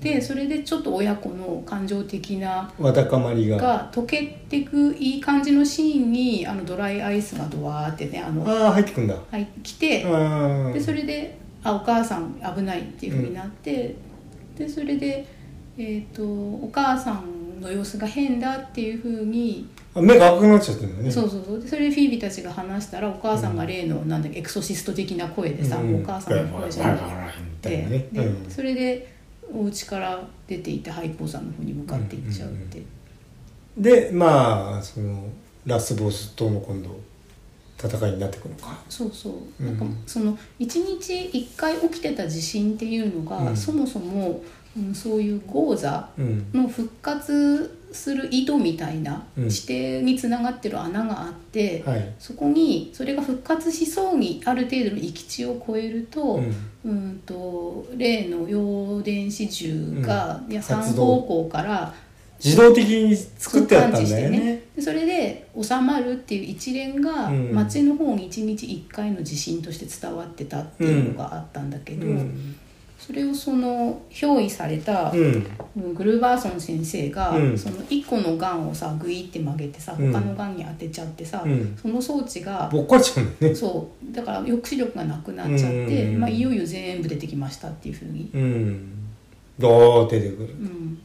Speaker 2: うでそれでちょっと親子の感情的な
Speaker 1: わだかまりが
Speaker 2: が溶けてくいい感じのシーンにあのドライアイスがドワーってねあの、
Speaker 1: ああ入ってくんだ
Speaker 2: はい、来て、
Speaker 1: あ
Speaker 2: でそれであお母さん危ないっていうふうになって、でそれで、えー、とお母さんの様子が変だっていうふうに
Speaker 1: あ目が赤くなっちゃってるんだね
Speaker 2: そうそうそうでそれでフィービーたちが話したらお母さんが例の、なんだっけエクソシスト的な声でさ、
Speaker 1: うん
Speaker 2: お母さんの声じゃなく
Speaker 1: みたい
Speaker 2: て、
Speaker 1: なね
Speaker 2: で
Speaker 1: うん
Speaker 2: それでお家から出て行って廃校さんの方に向かって行っちゃうって、
Speaker 1: でまあそのラスボスとの今度戦いになってくるのか
Speaker 2: そうそう
Speaker 1: うん
Speaker 2: なんかその一日一回起きてた地震っていうのが、
Speaker 1: うん
Speaker 2: そもそも、うん、そういう豪座
Speaker 1: うん
Speaker 2: の復活する井戸みたいな
Speaker 1: うん
Speaker 2: 地底につながってる穴があって、
Speaker 1: はい
Speaker 2: そこにそれが復活しそうにある程度の域地を超えると、
Speaker 1: うん
Speaker 2: うんと例の陽電子銃が、
Speaker 1: うん
Speaker 2: いや
Speaker 1: 発
Speaker 2: 3
Speaker 1: 動
Speaker 2: 方向から
Speaker 1: 自動的に作ってあったんだよ
Speaker 2: 感知して
Speaker 1: ね
Speaker 2: でそれで収まるっていう一連が
Speaker 1: うん
Speaker 2: 町の方に1日1回の地震として伝わってたっていうのがあったんだけど、
Speaker 1: うん
Speaker 2: それをその憑依された
Speaker 1: うん
Speaker 2: グルーバーソン先生が、
Speaker 1: うん
Speaker 2: その1個のがんをさグイって曲げてさ他
Speaker 1: うん
Speaker 2: のがんに当てちゃってさ、
Speaker 1: うん
Speaker 2: その装置が
Speaker 1: ぼっかちゃうね
Speaker 2: そうだから抑止力がなくなっちゃっ
Speaker 1: うんうん
Speaker 2: て、
Speaker 1: うん
Speaker 2: まあ、いよいよ全部出てきましたっていうふうに、
Speaker 1: うんどう出てくる
Speaker 2: うん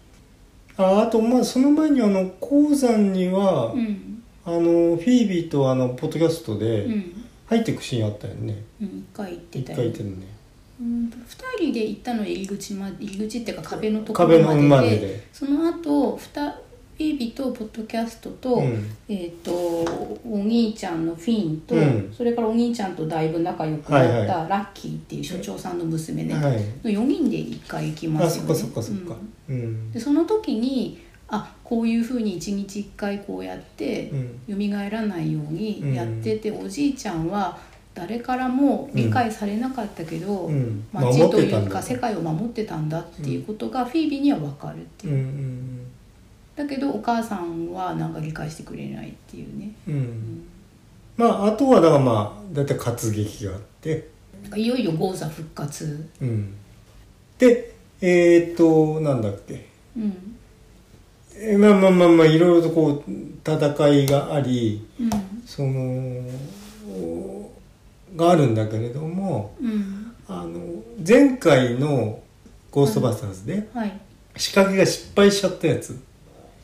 Speaker 1: ああとまあその前にあの鉱山には、
Speaker 2: うん
Speaker 1: あのフィービーとあのポッドキャスト
Speaker 2: う
Speaker 1: で
Speaker 2: ん
Speaker 1: 入ってくシーンあったよね
Speaker 2: うん、1回行って
Speaker 1: 一
Speaker 2: た
Speaker 1: 回言ってるね
Speaker 2: うん、2人で行ったの入り口まで入り口っていうか壁のとこ
Speaker 1: 壁
Speaker 2: ろ
Speaker 1: の
Speaker 2: ま
Speaker 1: ま
Speaker 2: で
Speaker 1: で
Speaker 2: で
Speaker 1: で
Speaker 2: その後ふたビビとポッドキャストと,、
Speaker 1: うん
Speaker 2: えー、とお兄ちゃんのフィンと、
Speaker 1: うん
Speaker 2: それからお兄ちゃんとだいぶ仲良く
Speaker 1: は
Speaker 2: なっ
Speaker 1: いは
Speaker 2: たラッキーっていう所長さんの娘ね、
Speaker 1: はい
Speaker 2: の4人で1回行きま
Speaker 1: あそ
Speaker 2: すよ
Speaker 1: っ
Speaker 2: ね。
Speaker 1: かそっかそっか
Speaker 2: うん
Speaker 1: うん
Speaker 2: でその時にあこういうふうに1日1回こうやって
Speaker 1: うん
Speaker 2: 蘇らないようにやってて、おじいちゃんは誰からも理解されなかったけど、
Speaker 1: うん
Speaker 2: 街と
Speaker 1: 守って
Speaker 2: い
Speaker 1: たん
Speaker 2: う
Speaker 1: だ
Speaker 2: か世界を守ってたんだっていうことがフィービーには分かるって
Speaker 1: う
Speaker 2: い
Speaker 1: ん
Speaker 2: う、
Speaker 1: うん
Speaker 2: だけどお母さんはなんか理解してくれないっていうね、
Speaker 1: うんう
Speaker 2: うんん
Speaker 1: まああとはだからまあだいたい活劇があって
Speaker 2: なんかいよいよ豪座復活、
Speaker 1: うんでえっとなんだっけ
Speaker 2: うん
Speaker 1: えまあまあまあまあいろいろとこう戦いがあり
Speaker 2: うん
Speaker 1: そのおがあるんだけれども
Speaker 2: うん、
Speaker 1: あの前回の「ゴーストバスターズ」で
Speaker 2: はい
Speaker 1: 仕掛けが失敗しちゃったやつ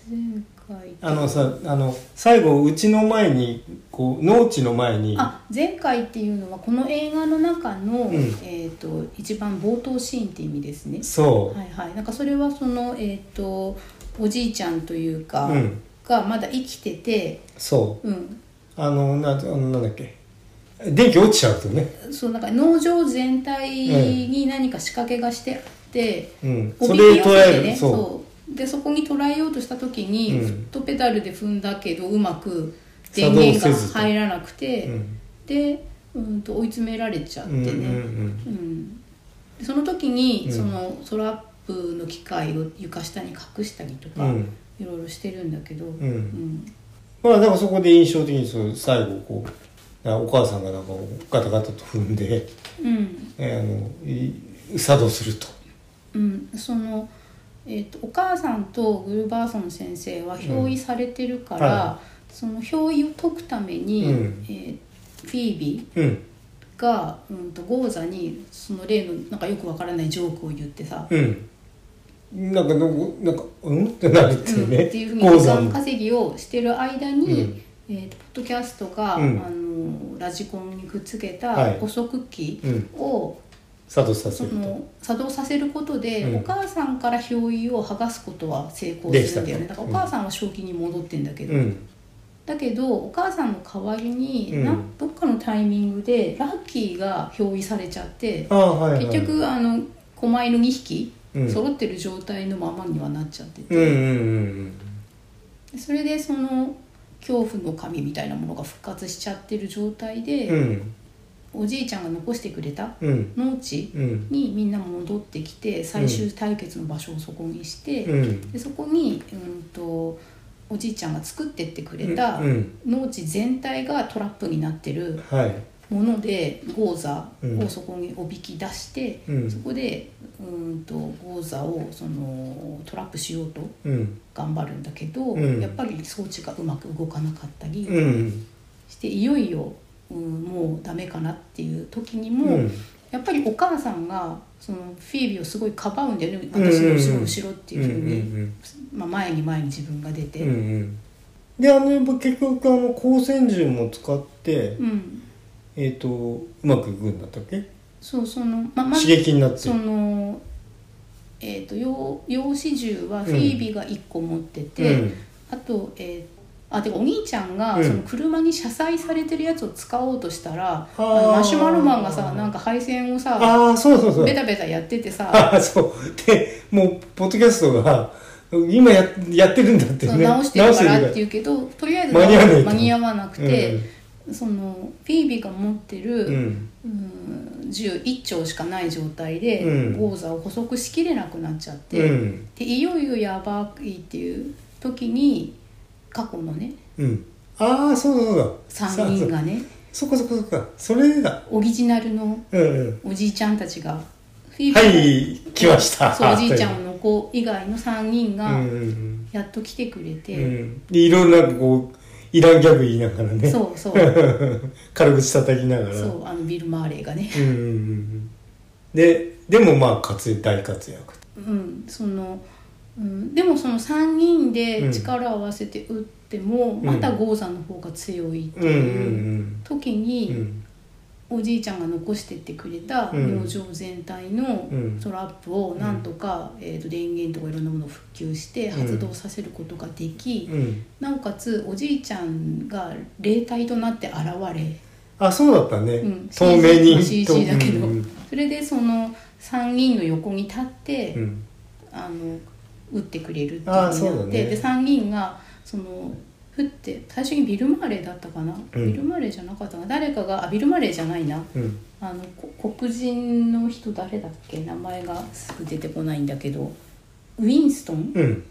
Speaker 2: 前回
Speaker 1: あのさあの最後うちの前にこう農地の前に
Speaker 2: あ前回っていうのはこの映画の中の、
Speaker 1: ん
Speaker 2: えー、と一番冒頭シーンって意味ですね
Speaker 1: そ
Speaker 2: はいはいなんかそれはそのえっ、とおじいちゃんという
Speaker 1: う
Speaker 2: か、
Speaker 1: うん
Speaker 2: がまだ生きてて
Speaker 1: そ
Speaker 2: うん
Speaker 1: うあのなあのなんだっけ電気落ちちゃうとね
Speaker 2: そうなんか農場全体に何か仕掛けがしてあって、
Speaker 1: うん
Speaker 2: お
Speaker 1: そ
Speaker 2: び
Speaker 1: れ
Speaker 2: き寄
Speaker 1: 捉
Speaker 2: せて
Speaker 1: え
Speaker 2: ね
Speaker 1: る
Speaker 2: そう
Speaker 1: そ
Speaker 2: でそこに捉えようとした時に、
Speaker 1: うん
Speaker 2: フットペダルで踏んだけどうまく電
Speaker 1: 作動せ
Speaker 2: 源
Speaker 1: ずと
Speaker 2: が入らなくて、
Speaker 1: ううん
Speaker 2: でうんと追い詰められちゃっ
Speaker 1: う
Speaker 2: て
Speaker 1: ん
Speaker 2: ね、
Speaker 1: うんうん
Speaker 2: うんその時に、
Speaker 1: うん
Speaker 2: そのトラップの機械を床下に隠したりとか、
Speaker 1: うん
Speaker 2: いろいろしてるんだけど、
Speaker 1: う
Speaker 2: うんん
Speaker 1: まあだからそこで印象的にそう最後こうあお母さんがなんかガタガタと踏んで、
Speaker 2: うん
Speaker 1: えあのい作動すると
Speaker 2: うんその、えー、とお母さんとグルバーソン先生は憑依されてるから、
Speaker 1: うんは
Speaker 2: その憑依を解くために、
Speaker 1: うん
Speaker 2: えーフィービ
Speaker 1: うん
Speaker 2: ーが、うん、とゴーザにその例のなんかよくわからないジョークを言ってさ、
Speaker 1: うん。なんか、なんか、なんかうんってなるって
Speaker 2: う
Speaker 1: い
Speaker 2: ん
Speaker 1: う
Speaker 2: っ
Speaker 1: ね。
Speaker 2: ていうふうに
Speaker 1: 鉱
Speaker 2: 時間
Speaker 1: 山。
Speaker 2: 稼ぎをしてる間に、
Speaker 1: うん
Speaker 2: えーとポッドキャストが、
Speaker 1: うん
Speaker 2: あのラジコンにくっつけ
Speaker 1: はい
Speaker 2: た補足機
Speaker 1: うん。
Speaker 2: を、
Speaker 1: 作動させ
Speaker 2: そ
Speaker 1: ると。
Speaker 2: の作動させることで、
Speaker 1: うん
Speaker 2: お母さんから憑依を剥がすことは成功するんだよね
Speaker 1: できた
Speaker 2: だ
Speaker 1: と
Speaker 2: からお母さんは正気に戻ってんだけど、
Speaker 1: うん。
Speaker 2: だけどお母さんの代わりに、
Speaker 1: うん
Speaker 2: などっかのタイミングでラッキーが憑依されちゃって
Speaker 1: ああ、はい、はい。
Speaker 2: 結局あの狛犬2匹、
Speaker 1: うん
Speaker 2: 揃ってる状態のままにはなっちゃって
Speaker 1: うんう
Speaker 2: て、
Speaker 1: んうん
Speaker 2: それでその恐怖の神みたいなものが復活しちゃってる状態で、
Speaker 1: うん。うん。
Speaker 2: おじいちゃんが残してくれた
Speaker 1: うん。
Speaker 2: 農地
Speaker 1: うん。
Speaker 2: にみんな戻ってきて最終対決の場所をそこにして。
Speaker 1: うん。
Speaker 2: でそこに、うん、とおじいちゃんが作ってってくれた
Speaker 1: うん。
Speaker 2: 農地全体がトラップになってる
Speaker 1: はい。
Speaker 2: もので豪座
Speaker 1: うん
Speaker 2: をそこにおびき出して、
Speaker 1: うん
Speaker 2: そこでうんと豪座をそのトラップしようと
Speaker 1: うん。
Speaker 2: 頑張るんだけど、
Speaker 1: うん
Speaker 2: やっぱり装置がうまく動かなかったり
Speaker 1: うん。
Speaker 2: して、いよいよ、うん、もうダメかなっていう時に
Speaker 1: う
Speaker 2: も、
Speaker 1: ん。
Speaker 2: やっぱりお母さんがそのフィービーをすごいかばうんだよね私の後ろ後ろっていうふうに。
Speaker 1: うん
Speaker 2: まあ、前に前に自分が出て
Speaker 1: うんうん。うんうん。で、あの、やっぱ結局、あの、光線銃も使って、
Speaker 2: うん
Speaker 1: えっ、と、うまくいくんだったっけ
Speaker 2: そうそのまあま
Speaker 1: 刺
Speaker 2: ず
Speaker 1: 激になって
Speaker 2: そ
Speaker 1: る。
Speaker 2: のえっ、と用用紙銃はフィービーが1個持ってて、
Speaker 1: うん。
Speaker 2: あとえーあてかお兄ちゃんが
Speaker 1: うん
Speaker 2: その車に車載されてるやつを使おうとしたら、
Speaker 1: あー
Speaker 2: あのマシュマロマンがさなんか配線をさ
Speaker 1: ああ、そうそうそう。
Speaker 2: ベタベタやっててさ
Speaker 1: <laughs> ああそうでもうポッドキャストが今ややってるんだって
Speaker 2: そう
Speaker 1: ね
Speaker 2: 直してるからって
Speaker 1: い
Speaker 2: 言うけどとりあえず
Speaker 1: 間に合わないと
Speaker 2: 間に合わなくて、そのフィービーが持ってる、
Speaker 1: うん、うん
Speaker 2: うん銃1丁しかない状態で
Speaker 1: うん
Speaker 2: 豪座を捕捉しきれなくなっちゃっ
Speaker 1: う
Speaker 2: て、
Speaker 1: ん
Speaker 2: でいよいよやばいっていう時に過去のね
Speaker 1: うん、ああそうだそうだ
Speaker 2: 3人がね
Speaker 1: そそっかそっかそっかそれだ
Speaker 2: オリジナルの
Speaker 1: うんうん
Speaker 2: おじいちゃんたちがフィーバ
Speaker 1: は
Speaker 2: ー
Speaker 1: い来ました
Speaker 2: そうおじいちゃんの子以外の3
Speaker 1: う
Speaker 2: 人
Speaker 1: ん
Speaker 2: が
Speaker 1: うん
Speaker 2: やっと来てくれ
Speaker 1: う
Speaker 2: て、
Speaker 1: んでいろんなこうイランギャグ言いながらね
Speaker 2: そ
Speaker 1: <laughs>
Speaker 2: うそう
Speaker 1: 軽口叩きながら
Speaker 2: そうあのビル・マーレーがね
Speaker 1: うんうんうんうんででもまあ活躍大活躍
Speaker 2: うんその、うん、でもその3人で力を合わせて打っても、
Speaker 1: ん
Speaker 2: また郷さんの方が強いって
Speaker 1: うんうん
Speaker 2: いう時に、
Speaker 1: うんうん
Speaker 2: おじいちゃんが残してってくれた
Speaker 1: うん
Speaker 2: 明星全体の
Speaker 1: うん
Speaker 2: トラップをなんとか、えー、と電源とかいろんなものを復旧して
Speaker 1: うん
Speaker 2: 発動させることができ、
Speaker 1: うん
Speaker 2: なおかつおじいちゃんが霊体となって現れ、
Speaker 1: あそうだったね、
Speaker 2: うん、
Speaker 1: 透明人
Speaker 2: CG だけど、
Speaker 1: うん
Speaker 2: それでその3人の横に立って、
Speaker 1: うん
Speaker 2: あの打ってくれるっていう
Speaker 1: あー
Speaker 2: 風に
Speaker 1: そう
Speaker 2: なっ
Speaker 1: だ
Speaker 2: て
Speaker 1: ね
Speaker 2: で3人がその降って最初にビル・マーレーだったかな、
Speaker 1: うん
Speaker 2: ビル・マーレーじゃなかったかな誰かがあビル・マーレーじゃないな
Speaker 1: うん
Speaker 2: あのこ黒人の人誰だっけ名前がすぐ出てこないんだけどウィンストン
Speaker 1: うん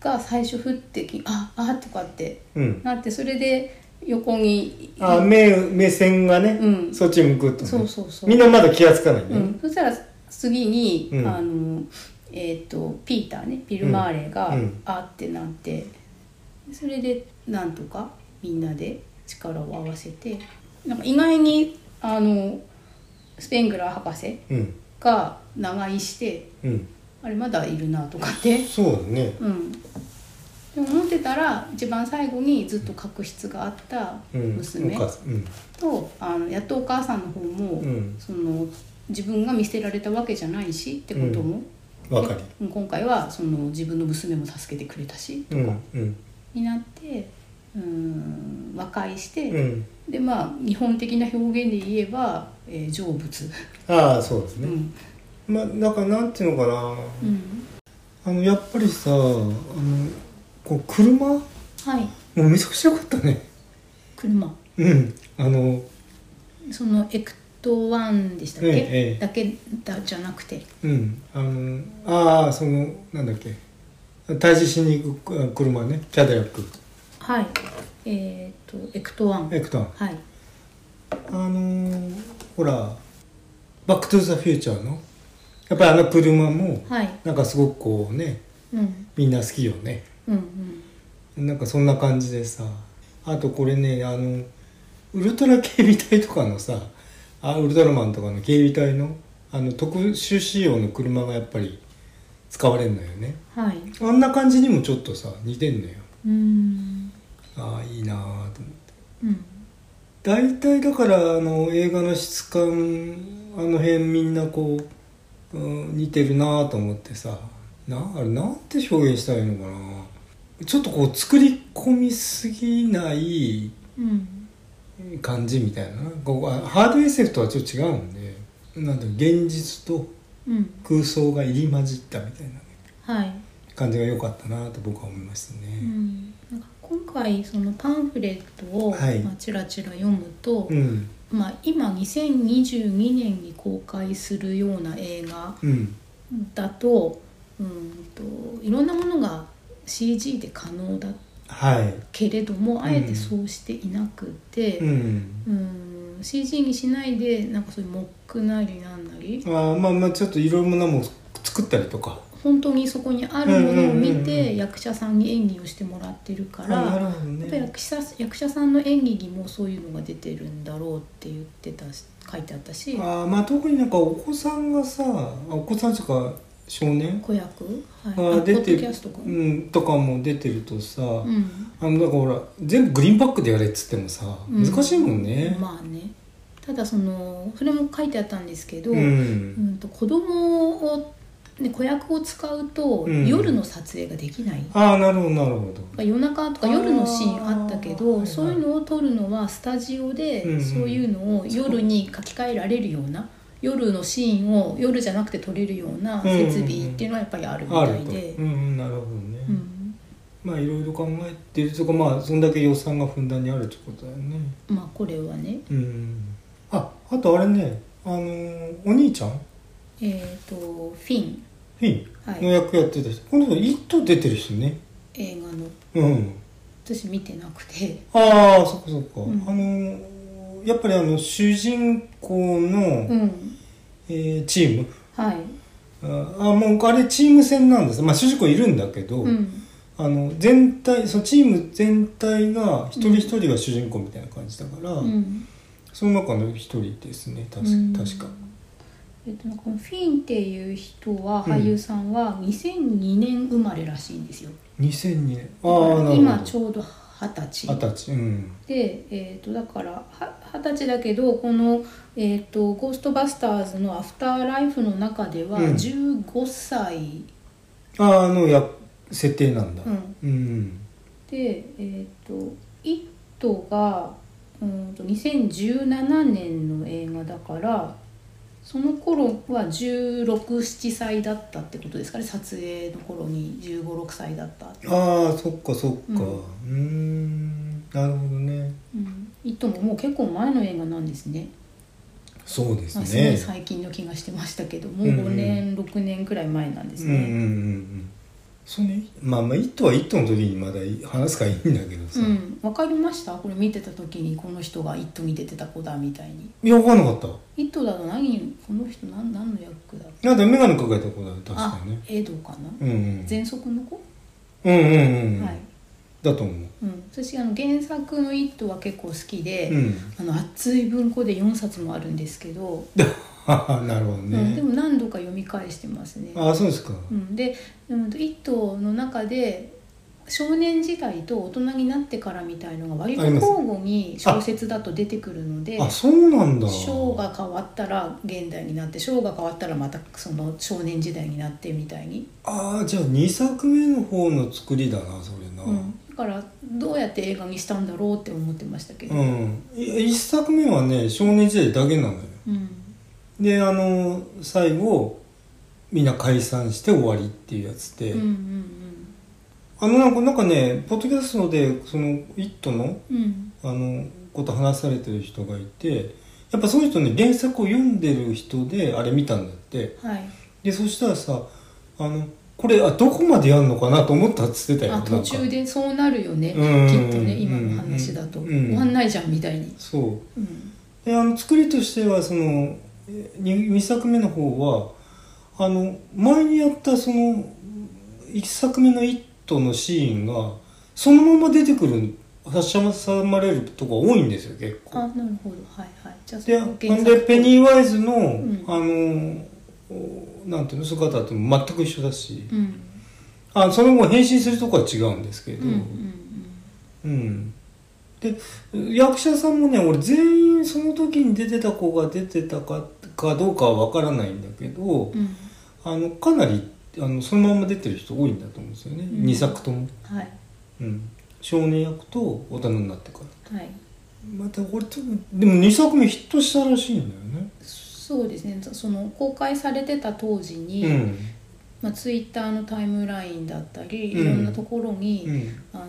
Speaker 2: が最初降ってきああとかって
Speaker 1: うん
Speaker 2: なってそれで横に
Speaker 1: あ目目線がね、
Speaker 2: うん
Speaker 1: そっち向くとね、
Speaker 2: そうそうそう
Speaker 1: みんなまだ気がつかないね、
Speaker 2: うん、そしたら次に、
Speaker 1: うん
Speaker 2: あのえっ、とピーターねビル・マーレーが、
Speaker 1: うんうん
Speaker 2: あってなってそれでなんとかみんなで力を合わせてなんか意外にあのスペングラー博士
Speaker 1: うん
Speaker 2: が長居して
Speaker 1: うん
Speaker 2: あれまだいるなとかって、
Speaker 1: そうだね
Speaker 2: うん、でも思ってたら一番最後にずっと確執があった
Speaker 1: うん
Speaker 2: 娘
Speaker 1: お母さんうん
Speaker 2: とあのやっとお母さんの方も、
Speaker 1: うん
Speaker 2: その自分が見捨てられたわけじゃないしってことも、
Speaker 1: わかり
Speaker 2: で今回はその自分の娘も助けてくれたしと
Speaker 1: う
Speaker 2: か
Speaker 1: んうん
Speaker 2: になってうーん和解して、
Speaker 1: うん
Speaker 2: でまあ日本的な表現で言えば、えー成仏、
Speaker 1: ああそうですね、
Speaker 2: うん
Speaker 1: まあなんかなんていうのかな、
Speaker 2: うん、
Speaker 1: あのやっぱりさあのこう車も
Speaker 2: はいう
Speaker 1: めちゃくちゃ良かったね
Speaker 2: 車
Speaker 1: うんあの
Speaker 2: そのエクトワンでしたっけ、
Speaker 1: ええええ
Speaker 2: だけだじゃなくて
Speaker 1: うんあのああそのなんだっけ退治しに行くあ車ねキャデラック
Speaker 2: はいえっ、とエクトワン
Speaker 1: エクタン
Speaker 2: はい
Speaker 1: あのーほら「バック・トゥ・ザ・フューチャーの」やっぱりあの車も
Speaker 2: はい
Speaker 1: なんかすごくこうね
Speaker 2: うん
Speaker 1: みんな好きよね
Speaker 2: うんうん
Speaker 1: なんかそんな感じでさあとこれねあのウルトラ警備隊とかのさあウルトラマンとかの警備隊のあの特殊仕様の車がやっぱり使われるのよね
Speaker 2: はい
Speaker 1: あんな感じにもちょっとさ似てんのよ
Speaker 2: うーん
Speaker 1: ああいいなあと思って
Speaker 2: うん
Speaker 1: 大体だからあの映画の質感あの辺みんなこう、うん、似てるなぁと思ってさなあれなんて表現したらいいのかなちょっとこう作り込みすぎない
Speaker 2: うん
Speaker 1: 感じみたいなこうあハード SF とはちょっと違うんでなんだろう現実と
Speaker 2: うん
Speaker 1: 空想が入り混じったみたいな
Speaker 2: はい、
Speaker 1: 感じが良かったなぁと僕は思いました
Speaker 2: う
Speaker 1: ね。
Speaker 2: ん、なんか今回そのパンフレットを
Speaker 1: はい
Speaker 2: まあちらちら読むと、
Speaker 1: うん、
Speaker 2: まあ、今2022年に公開するような映画
Speaker 1: うん、
Speaker 2: だとうんといろんなものが CG で可能だ
Speaker 1: はい、
Speaker 2: けれどもあえ
Speaker 1: う
Speaker 2: て
Speaker 1: ん
Speaker 2: そうしていなくて、
Speaker 1: うん、
Speaker 2: うん CG にしないでなんかそういうモックなりなんなり
Speaker 1: あーまあまあちょっといろんなものを作ったりとか
Speaker 2: 本当にそこにあるものを
Speaker 1: うんうん
Speaker 2: 見
Speaker 1: うんうん
Speaker 2: て役者さんに演技をしてもらってるから。
Speaker 1: あなるほどね
Speaker 2: やっぱり役者役者さんの演技にもそういうのが出てるんだろうって言ってたし書いてあったし
Speaker 1: あーまあ特になんかお子さんがさあお子さんとか少年
Speaker 2: 子役、
Speaker 1: あ
Speaker 2: はい、
Speaker 1: ー出て
Speaker 2: ポッドキャストか、う
Speaker 1: うんん、とかも出てるとさ、あのなんかほら全部グリーンバックでやれっつってもさ
Speaker 2: うん
Speaker 1: 難しいもんね、
Speaker 2: まあねただそのそれも書いてあったんですけど、
Speaker 1: う
Speaker 2: うん、
Speaker 1: ん
Speaker 2: と子供をね、子役を使うと、
Speaker 1: うん
Speaker 2: 夜の撮影ができない
Speaker 1: ああなるほどなるほど
Speaker 2: 夜中とか夜のシーンあったけ
Speaker 1: あ
Speaker 2: ど
Speaker 1: ー
Speaker 2: そういうのを撮るのはスタジオで、
Speaker 1: うんうん
Speaker 2: そういうのを夜に書き換えられるような夜のシーンを夜じゃなくて撮れるような設備っていうのはやっぱりあるみ
Speaker 1: あ
Speaker 2: た
Speaker 1: る
Speaker 2: い
Speaker 1: と
Speaker 2: で
Speaker 1: う。んうんなるほどね、
Speaker 2: うん
Speaker 1: まあいろいろ考えてるとかまあそんだけ予算がふんだんにあるってことだよね
Speaker 2: まあこれはね、
Speaker 1: うんああとあれねあのーお兄ちゃん
Speaker 2: えー、とフィン、
Speaker 1: フィン
Speaker 2: は
Speaker 1: の
Speaker 2: い、
Speaker 1: 役やってた人、この人「イット!」出てる人ね
Speaker 2: 映画の
Speaker 1: うん
Speaker 2: 私見てなくて、
Speaker 1: ああそっかそっか、
Speaker 2: うん
Speaker 1: あのーやっぱりあの主人公の、
Speaker 2: うん、
Speaker 1: えーチーム
Speaker 2: はい
Speaker 1: あもうあれチーム戦なんですまあ主人公いるんだけど、
Speaker 2: うん
Speaker 1: あの全体そのチーム全体が一人一人が主人公みたいな感じだから、
Speaker 2: うん
Speaker 1: その中の一人ですね確,、
Speaker 2: うん
Speaker 1: 確か
Speaker 2: えっと、このフィンっていう人は
Speaker 1: うん
Speaker 2: 俳優さんは2002年生まれらしいんですよ、
Speaker 1: 2002年あ
Speaker 2: だから
Speaker 1: あ
Speaker 2: 今
Speaker 1: なる
Speaker 2: ちょうど二十
Speaker 1: ほど
Speaker 2: 歳
Speaker 1: 二十歳うん
Speaker 2: で、えー、とだからは二十歳だけどこの、えーと「ゴーストバスターズ」の「アフターライフ」の中では
Speaker 1: うん
Speaker 2: 15歳、
Speaker 1: ああのや設定なんだ
Speaker 2: うん
Speaker 1: うん
Speaker 2: でえっ、と「イットが」うーんと2017年の映画だからその頃は1617歳だったってことですかね撮影の頃に1516歳だったって、
Speaker 1: ああそっかそっか
Speaker 2: う
Speaker 1: う
Speaker 2: ん
Speaker 1: ーんなるほどね
Speaker 2: うん、イットももう結構前の映画なんですね
Speaker 1: そうです
Speaker 2: まあ、すごい
Speaker 1: ね
Speaker 2: 最近の気がしてましたけどもう
Speaker 1: うんうん
Speaker 2: 5年、6年くらい前なんです
Speaker 1: うんうんうんう
Speaker 2: ね。
Speaker 1: んそれまあまあ「イット!」は「イット!」の時にまだ話すからいいんだけど
Speaker 2: う
Speaker 1: さ、
Speaker 2: んわかりましたこれ見てた時にこの人が「イット!」に出てた子だみたいに
Speaker 1: いや分かんなかった
Speaker 2: 「イット!」だと何この人何何の役だ
Speaker 1: なんか眼鏡かけた子だよ確
Speaker 2: あ
Speaker 1: かにね
Speaker 2: エドかな、
Speaker 1: うんうん
Speaker 2: 喘息の子、
Speaker 1: うんうんうん、
Speaker 2: はい、
Speaker 1: だと思う
Speaker 2: うん、私あの原作の「イット!」は結構好きで、
Speaker 1: うん <laughs>
Speaker 2: あの厚い文庫で4冊もあるんですけど、
Speaker 1: なるほど
Speaker 2: うん、で
Speaker 1: ね、
Speaker 2: も何度か読み返してますね。
Speaker 1: ああそうですか、
Speaker 2: うん、で「うんと、一頭」の中で少年時代と大人になってからみたいのが割と
Speaker 1: あります
Speaker 2: 交互に小説だと出てくるので
Speaker 1: あそうなんだ
Speaker 2: 章が変わったら現代になって章が変わったらまたその少年時代になってみたいに、
Speaker 1: ああじゃあ2作目の方の作りだなそれな
Speaker 2: うんだからどうやって映画にしたんだろうって思ってましたけど、
Speaker 1: うん、い一作目はね少年時代だけなのよ
Speaker 2: うん
Speaker 1: であの最後みんな解散して終わりっていうやつで、
Speaker 2: うんうん
Speaker 1: あのなんかなんかねポッドキャストでその「イット!」の
Speaker 2: うんうん
Speaker 1: あのこと話されてる人がいてやっぱその人ね原作を読んでる人であれ見たんだって
Speaker 2: はい
Speaker 1: でそしたらさあのこれあどこまでやるのかなと思ったっつってたよ
Speaker 2: あ途
Speaker 1: なん
Speaker 2: 中
Speaker 1: か
Speaker 2: でそうなるよねきっ
Speaker 1: うん
Speaker 2: とね今の話だと
Speaker 1: うん
Speaker 2: 終わんないじゃんみたいに、
Speaker 1: そう
Speaker 2: うん
Speaker 1: であの作りとしてはその 2, 作目の方はあの前にやったその1作目の「イット!」のシーンがそのまま出てくる差し挟まれるとこが多いんですよ結
Speaker 2: あ
Speaker 1: 構。
Speaker 2: なるほどはいはいじゃあ
Speaker 1: で
Speaker 2: その
Speaker 1: ほんでペニー・ワイズの、
Speaker 2: ん
Speaker 1: あのおなんていうの姿と全く一緒だし、
Speaker 2: うん
Speaker 1: あその後変身するとこは違うんですけ
Speaker 2: うん
Speaker 1: ど、
Speaker 2: うん
Speaker 1: うん、で役者さんもね俺全員その時に出てた子が出てたかかどうかは分からないんだけど、
Speaker 2: うんうん
Speaker 1: あのかなりあのそのまま出てる人多いんだと思うんですよね、
Speaker 2: うん
Speaker 1: 二2作とも、
Speaker 2: はい
Speaker 1: うん、少年役と大人になってから
Speaker 2: はい
Speaker 1: また俺ちょっとでも2作目ヒットしたらしいんだよね
Speaker 2: そうですねその公開されてた当時に、
Speaker 1: うん
Speaker 2: まあ、ツイッターのタイムラインだったり
Speaker 1: うん
Speaker 2: いろんなところに、
Speaker 1: うん
Speaker 2: あの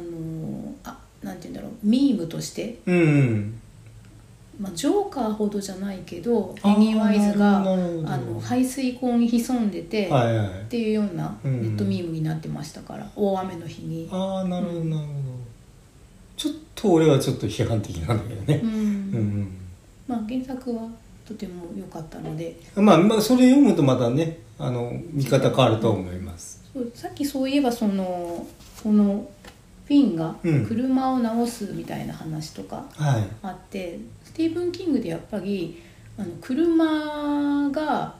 Speaker 2: あなんて言うんだろうミームとして、
Speaker 1: うん
Speaker 2: まあ、ジョーカーほどじゃないけど
Speaker 1: あー
Speaker 2: ペニー・ワイズが
Speaker 1: なるほど
Speaker 2: あの排水溝に潜んでて、
Speaker 1: はいはい
Speaker 2: っていうような
Speaker 1: う
Speaker 2: ネ
Speaker 1: ん
Speaker 2: ットミームになってましたから、大雨の日に。
Speaker 1: ああなるほどなるほどちょっと俺はちょっと批判的なんだけどね
Speaker 2: うん
Speaker 1: うん、うん
Speaker 2: まあ、原作はとても良かったので
Speaker 1: まあ、まあそれ読むとまたねあの見方変わると思います、
Speaker 2: そうさっきそういえばそのこのフィンが
Speaker 1: うん
Speaker 2: 車を直すみたいな話とか
Speaker 1: はい
Speaker 2: あって、スティーブン・キングでやっぱりあの車が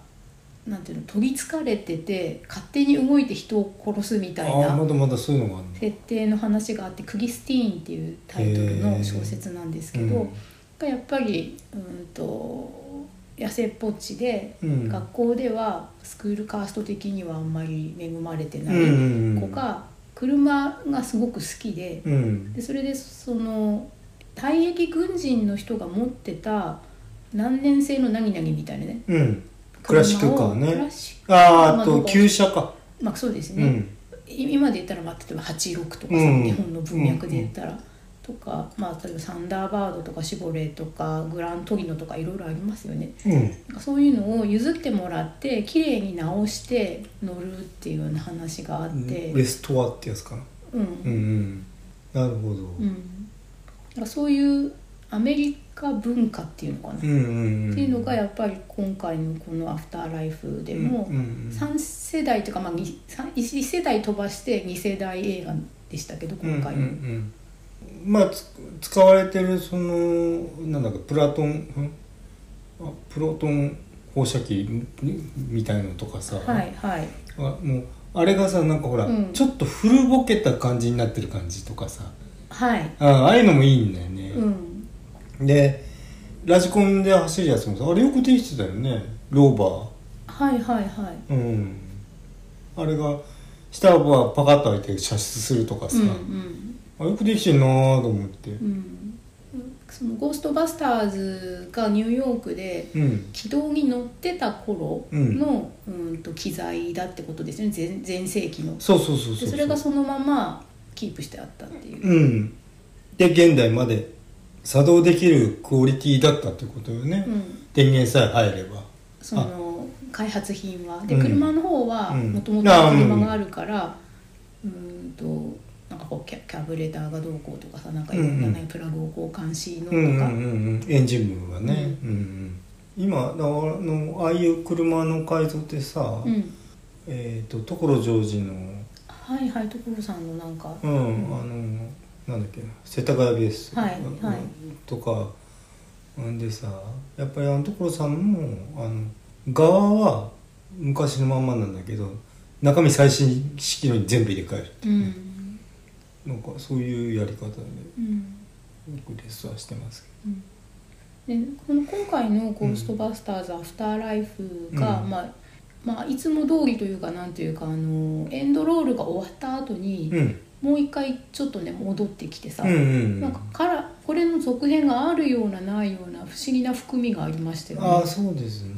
Speaker 2: なんていうの取りつかれてて勝手に動いて人を殺すみたい
Speaker 1: ああま
Speaker 2: な
Speaker 1: だまだそういうのがあるんだ
Speaker 2: 設定の話があって「クリスティーン」っていうタイトルの小説なんですけど。がやっぱりうんと痩せっぽっちで、
Speaker 1: うん
Speaker 2: 学校ではスクールカースト的にはあんまり恵まれてな
Speaker 1: うん
Speaker 2: い
Speaker 1: うんうん
Speaker 2: 子が車がすごく好きで
Speaker 1: うん
Speaker 2: でそれでその退役軍人の人が持ってた何年生の何々みたいなね
Speaker 1: うんクラシックカー
Speaker 2: 車をクラ
Speaker 1: ね
Speaker 2: シック
Speaker 1: あー
Speaker 2: ま
Speaker 1: あ
Speaker 2: ど
Speaker 1: と
Speaker 2: こ
Speaker 1: 旧車か、
Speaker 2: まあそうです
Speaker 1: う
Speaker 2: ね、
Speaker 1: ん
Speaker 2: 今で言ったら、まあ、例えば86とかさ、
Speaker 1: うん
Speaker 2: 日本の文脈で言ったら、とか、まあ、例えばサンダーバードとかシボレーとかグラントリノとかいろいろありますよね
Speaker 1: うん
Speaker 2: なんかそういうのを譲ってもらって綺麗に直して乗るっていうような話があって
Speaker 1: レストアってやつかな
Speaker 2: うん、
Speaker 1: うんうんなるほど、
Speaker 2: うん、だからそういうアメリカ文化っていうのかな、
Speaker 1: うんうんうん、
Speaker 2: っていうのがやっぱり今回のこの「アフターライフ」でも
Speaker 1: うんうんうん
Speaker 2: 3世代というか、まあ、に三1世代飛ばして2世代映画でしたけど今回
Speaker 1: うんうんう
Speaker 2: の。
Speaker 1: んまあつ使われてるそのなんだかプラトンんあプロトン放射器みみたいのとかさ、
Speaker 2: はいはい
Speaker 1: あもうあれがさなんかほら、
Speaker 2: うん
Speaker 1: ちょっと古ぼけた感じになってる感じとかさ
Speaker 2: はい、
Speaker 1: あああいうのもいいんだよね、
Speaker 2: うん、
Speaker 1: でラジコンで走るやつもさあれよくできてたよねローバ
Speaker 2: はいはいはい
Speaker 1: ーうんあれが下はパカッと開いて射出するとかさ、
Speaker 2: うんうん
Speaker 1: あよくできてんなーと思って
Speaker 2: うんそのゴーストバスターズがニューヨークで
Speaker 1: うん
Speaker 2: 軌道に乗ってた頃の、うん、と機材だってことですよね全全盛期の
Speaker 1: そうそうそうそう
Speaker 2: でそれがそのままキープしてあったっていう、
Speaker 1: うんで現代まで作動できるクオリティだったってことよね、
Speaker 2: うん、
Speaker 1: 電源さえ入れば
Speaker 2: その開発品はで
Speaker 1: うん
Speaker 2: 車の方は
Speaker 1: うん
Speaker 2: もともと
Speaker 1: あうん
Speaker 2: 車があるからうーんとなんかこうキャキャブレターがどうこうとかさなんかいろんな
Speaker 1: うん
Speaker 2: ねプラグを交換し
Speaker 1: う
Speaker 2: のとか、
Speaker 1: んうんうんうんエンジン部はね、うんうん、今だからあのああいう車の改造ってさ、
Speaker 2: うん
Speaker 1: えっ、と所ジョージの
Speaker 2: はいはい所さんのなんか、
Speaker 1: うん、あのなんだっけな世田谷ベースとか,、
Speaker 2: はいはい
Speaker 1: とかんでさやっぱりあの所さんもあの側は昔のまんまなんだけど中身最新式のに全部入れ替えるって
Speaker 2: う
Speaker 1: いうね、
Speaker 2: ん
Speaker 1: なんかそういうやり方で
Speaker 2: うん
Speaker 1: 僕レスはしてます
Speaker 2: うんでこの今回の「ゴーストバスターズ・アフターライフが」
Speaker 1: うん
Speaker 2: まあまあ、いつも通りというかなんというかあのエンドロールが終わった後に
Speaker 1: け、ど、うん、
Speaker 2: もう一回ちょっとね戻ってきてさ、
Speaker 1: うんうんう
Speaker 2: なん
Speaker 1: ん
Speaker 2: かからこれの続編があるようなないような不思議な含みがありましたよね。
Speaker 1: ああそうですね、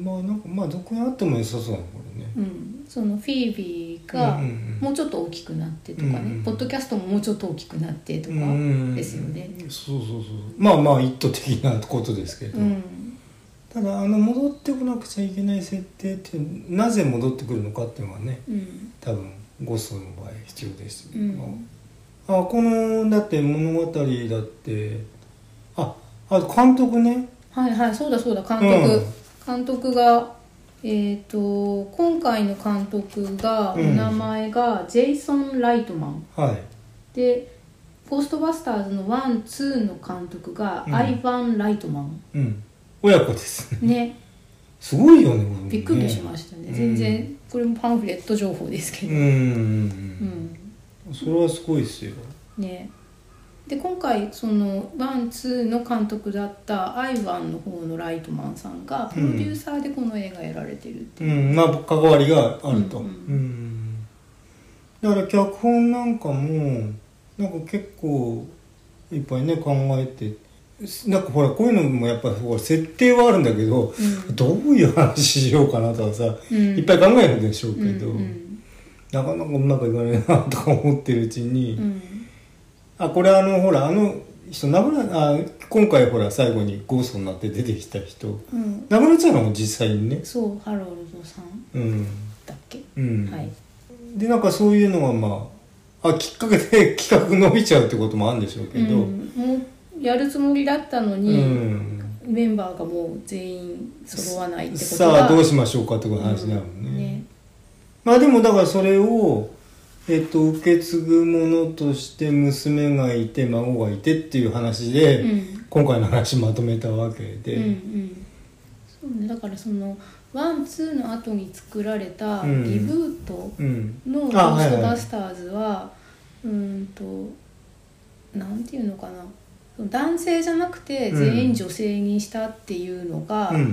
Speaker 1: まあなんかまあどこにあっても良さそうなのこれね
Speaker 2: うん、そのフィービーが
Speaker 1: うんうんうん
Speaker 2: もうちょっと大きくなってとかね、
Speaker 1: うんうん
Speaker 2: ポッドキャストももうちょっと大きくなってとか
Speaker 1: うんうんうん
Speaker 2: ですよね。
Speaker 1: そうそうそうまあまあ一途的なことですけど、
Speaker 2: うん
Speaker 1: ただあの戻ってこなくちゃいけない設定ってなぜ戻ってくるのかっていうのはね
Speaker 2: うん
Speaker 1: 多分ゴストの場合必要です、
Speaker 2: うん
Speaker 1: あこのだって物語だってああと監督ね
Speaker 2: はいはいそうだそうだ監督、監督が、えー、と今回の監督がお
Speaker 1: うん
Speaker 2: 名前がジェイソン・ライトマン
Speaker 1: はい
Speaker 2: で「ゴーストバスターズ」のワンツーの監督がアイヴァン・ライトマン、
Speaker 1: うん親子ですね
Speaker 2: ね
Speaker 1: すごいよねこれね
Speaker 2: びっくりしましたね
Speaker 1: うん
Speaker 2: 全然これもパンフレット情報です
Speaker 1: う
Speaker 2: けど、
Speaker 1: ん
Speaker 2: うん
Speaker 1: それはすごいですよ
Speaker 2: ねで今回そのワンツーの監督だったアイワンの方のライトマンさんがプロデューサーでこの映画やられてるって、
Speaker 1: うんまあ関わりがあると、
Speaker 2: うん
Speaker 1: うんだから脚本なんかもなんか結構いっぱいね考えてなんかほらこういうのもやっぱりほら設定はあるんだけどどういう話しようかなとかさ、
Speaker 2: うん
Speaker 1: いっぱい考えるでしょうけど、
Speaker 2: うんうん
Speaker 1: なかなかうまくいかないなとか思ってるうちに、
Speaker 2: うん
Speaker 1: あこれあのほらあの人亡くなあ今回ほら最後にゴーストになって出てきた人
Speaker 2: うん
Speaker 1: 亡くなっちゃうのも実際にね
Speaker 2: そうハロルドさん
Speaker 1: うん
Speaker 2: だっけ、
Speaker 1: うん、
Speaker 2: はい
Speaker 1: でなんかそういうのがまああきっかけで <laughs> 企画伸びちゃうってこともあるんでしょうけど、
Speaker 2: う
Speaker 1: うん
Speaker 2: ん、もうやるつもりだったのに、メンバーがもう全員揃わないってことが
Speaker 1: さあどうしましょうかってこと話になるもんね,、
Speaker 2: うんね
Speaker 1: まあでもだからそれを、えっと、受け継ぐものとして娘がいて孫がいてっていう話で、
Speaker 2: うん
Speaker 1: 今回の話まとめたわけで、
Speaker 2: うんうんそうね、だからそのワンツーの後に作られた
Speaker 1: うん
Speaker 2: リブート
Speaker 1: うん
Speaker 2: の「ゴ
Speaker 1: あ
Speaker 2: ー
Speaker 1: はいはい
Speaker 2: ストバスターズは」うーんとなんていうのかなその男性じゃなくて全員女性にしたっていうのが、
Speaker 1: う
Speaker 2: うん
Speaker 1: ん、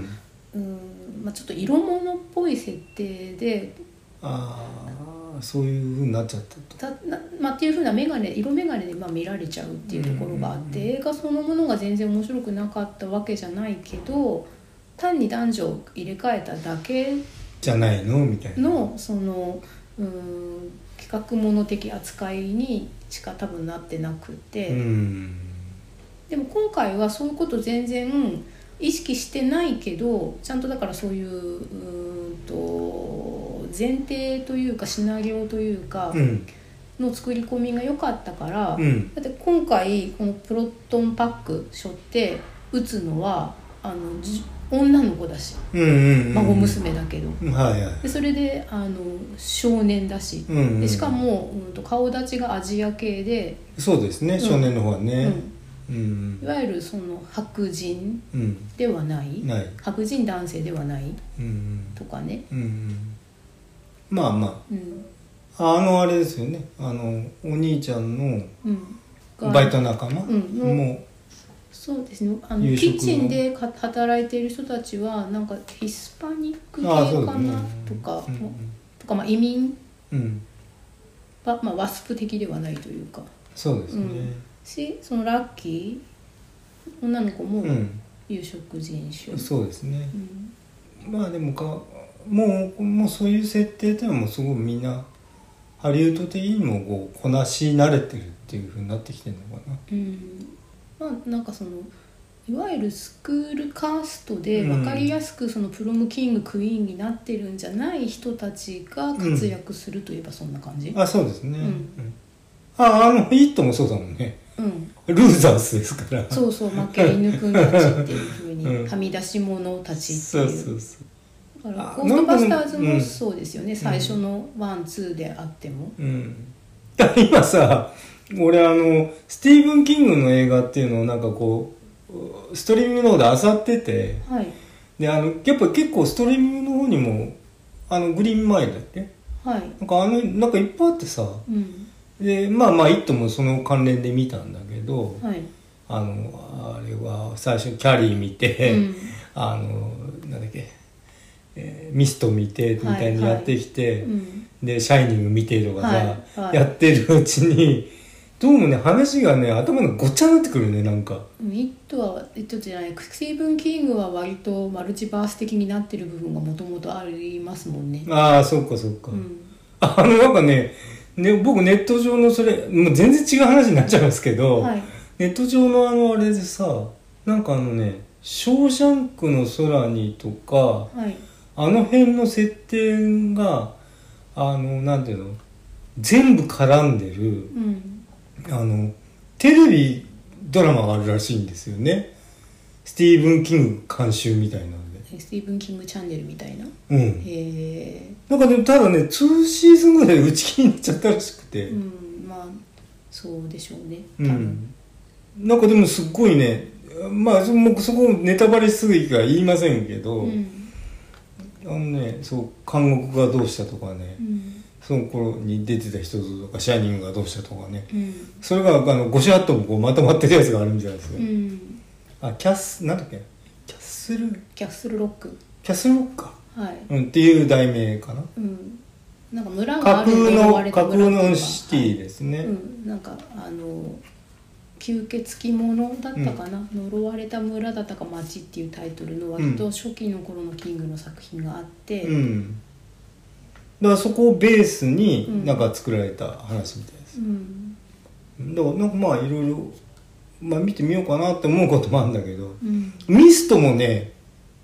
Speaker 2: んまあ、ちょっと色物っぽい設定で
Speaker 1: ああそういうふうになっちゃったと。
Speaker 2: たな、まあ、っていうふうな眼鏡色眼鏡でまあ見られちゃうっていうところがあって、
Speaker 1: うんうん
Speaker 2: 映画そのものが全然面白くなかったわけじゃないけど単に男女を入れ替えただけ
Speaker 1: じゃないのみたいな。
Speaker 2: のそのうーん企画もの的扱いにしか多分なってなくて、
Speaker 1: うん
Speaker 2: でも今回はそういうこと全然意識してないけどちゃんとだからそういううーんと前提というかシナリオというか、
Speaker 1: うん
Speaker 2: の作り込みが良かったから、
Speaker 1: うん
Speaker 2: だって今回このプロトンパック背負って打つのはあのじ女の子だし
Speaker 1: うんうんうん
Speaker 2: 孫娘だけど、
Speaker 1: はいはい
Speaker 2: でそれであの少年だし、
Speaker 1: うんうん
Speaker 2: でしかも、うん、と顔立ちがアジア系で、
Speaker 1: そうですね
Speaker 2: ん
Speaker 1: 少年の方はねう
Speaker 2: うん、い
Speaker 1: ん
Speaker 2: わゆるその白人
Speaker 1: うん
Speaker 2: ではない
Speaker 1: ない
Speaker 2: 白人男性ではない
Speaker 1: うん
Speaker 2: とかね、
Speaker 1: うんうんまあま
Speaker 2: うん
Speaker 1: ああのあれですよねあのお兄ちゃんの
Speaker 2: うん、が
Speaker 1: バイト仲間
Speaker 2: うん
Speaker 1: も
Speaker 2: そうですねあの
Speaker 1: 夕食の
Speaker 2: キッチンでか働いている人たちはなんかヒスパニック系
Speaker 1: ああそう
Speaker 2: か
Speaker 1: だね
Speaker 2: なとか、
Speaker 1: うん
Speaker 2: とか、まあ、移民
Speaker 1: うんうん
Speaker 2: は、まあ、ワスプ的ではないというか
Speaker 1: そうですね
Speaker 2: しそのラッキー女の子も
Speaker 1: うん
Speaker 2: 有色人種、
Speaker 1: そうですね
Speaker 2: うん
Speaker 1: まあでもかもうもうそういう設定っていうのはもうすごいみんなハリウッド的にもこうこなし慣れてるっていうふうになってきてるのかな
Speaker 2: うんまあなんかそのいわゆるスクールカーストで分かりやすくそのプロムキングクイーンになってるんじゃない人たちが活躍するといえばそんな感じ、
Speaker 1: あそうですね、
Speaker 2: うん
Speaker 1: うんああの「イット!」もそうだもんね
Speaker 2: うん、
Speaker 1: ルーザースですから
Speaker 2: そうそう負け犬くんたちっていうふうに、
Speaker 1: <laughs> うん
Speaker 2: はみ出し者たちって
Speaker 1: そ
Speaker 2: いうう
Speaker 1: そうそう
Speaker 2: だから
Speaker 1: あ
Speaker 2: ゴーストバスターズ
Speaker 1: なんか
Speaker 2: も
Speaker 1: ね
Speaker 2: そうですよね、最初のワンツーであっても、
Speaker 1: うんだから今さ俺あのスティーブン・キングの映画っていうのをなんかこうストリーミングの方で漁ってて
Speaker 2: はい
Speaker 1: であのやっぱ結構ストリーミングの方にもあのグリーンマイルだっけ
Speaker 2: はい
Speaker 1: なんかあのなんかいっぱいあってさ
Speaker 2: うん
Speaker 1: でまあまあ「イット!」もその関連で見たんだけど
Speaker 2: はい、
Speaker 1: あのあれは最初キャリー見て、
Speaker 2: うん
Speaker 1: あのなんだっけ、えーミスト見てみたいにやってきて、
Speaker 2: うん、
Speaker 1: で「シャイニング見て」とかさ、
Speaker 2: はいはい
Speaker 1: やってるうちにどうもね話がね頭がごっちゃになってくるねなんか
Speaker 2: ミットはえちょっとじゃないスティーブン・キングは割とマルチバース的になってる部分がもともとありますもんね、
Speaker 1: ああそっかそっか、
Speaker 2: うん、
Speaker 1: あのなんかねね僕ネット上のそれもう全然違う話になっちゃうんですけど、
Speaker 2: はい
Speaker 1: ネット上のあのあれでさなんかあのね「ショーシャンクの空に」とか
Speaker 2: はい
Speaker 1: あの辺の設定があのなんていうの全部絡んでる
Speaker 2: うん
Speaker 1: あのテレビドラマがあるらしいんですよねスティーブン・キング監修みたいなんで
Speaker 2: スティーブン・キングチャンネルみたいなへ
Speaker 1: うん
Speaker 2: え
Speaker 1: なんかでもただね2シーズンぐらい打ち切りになっちゃったらしくて
Speaker 2: うんまあそうでしょうね
Speaker 1: う
Speaker 2: 多分、
Speaker 1: んなんかでもすっごいねまあそもうそこネタバレすぎから言いませんけど、
Speaker 2: うん
Speaker 1: あのねそう監獄がどうしたとかね、
Speaker 2: うん
Speaker 1: その頃に出てた人とかシャイニングがどうしたとかね
Speaker 2: うん
Speaker 1: それがあのゴシャッとこうまとまってるやつがあるんじゃないですか、
Speaker 2: うん
Speaker 1: あキャスなんだっけキャッスル
Speaker 2: キャッスルロック
Speaker 1: キャスルロッカー
Speaker 2: はい
Speaker 1: うん、っていう題名かな
Speaker 2: うんなんか村があ
Speaker 1: 架
Speaker 2: る
Speaker 1: 空
Speaker 2: で
Speaker 1: の
Speaker 2: 呼ばれ
Speaker 1: 架
Speaker 2: た
Speaker 1: 空
Speaker 2: 村っていう
Speaker 1: の
Speaker 2: は
Speaker 1: シティですね、
Speaker 2: はいうん、なんかあの吸血鬼者だったかな、呪われた村だったか町っていうタイトルの割と
Speaker 1: うん
Speaker 2: 初期の頃のキングの作品があって、
Speaker 1: うんだからそこをベース
Speaker 2: う
Speaker 1: に
Speaker 2: ん
Speaker 1: なんか作られた話みたいです
Speaker 2: う、ん
Speaker 1: だからなんかまあいろいろ、まあ、見てみようかなって思うこともあるんだけど、
Speaker 2: うん
Speaker 1: ミストもね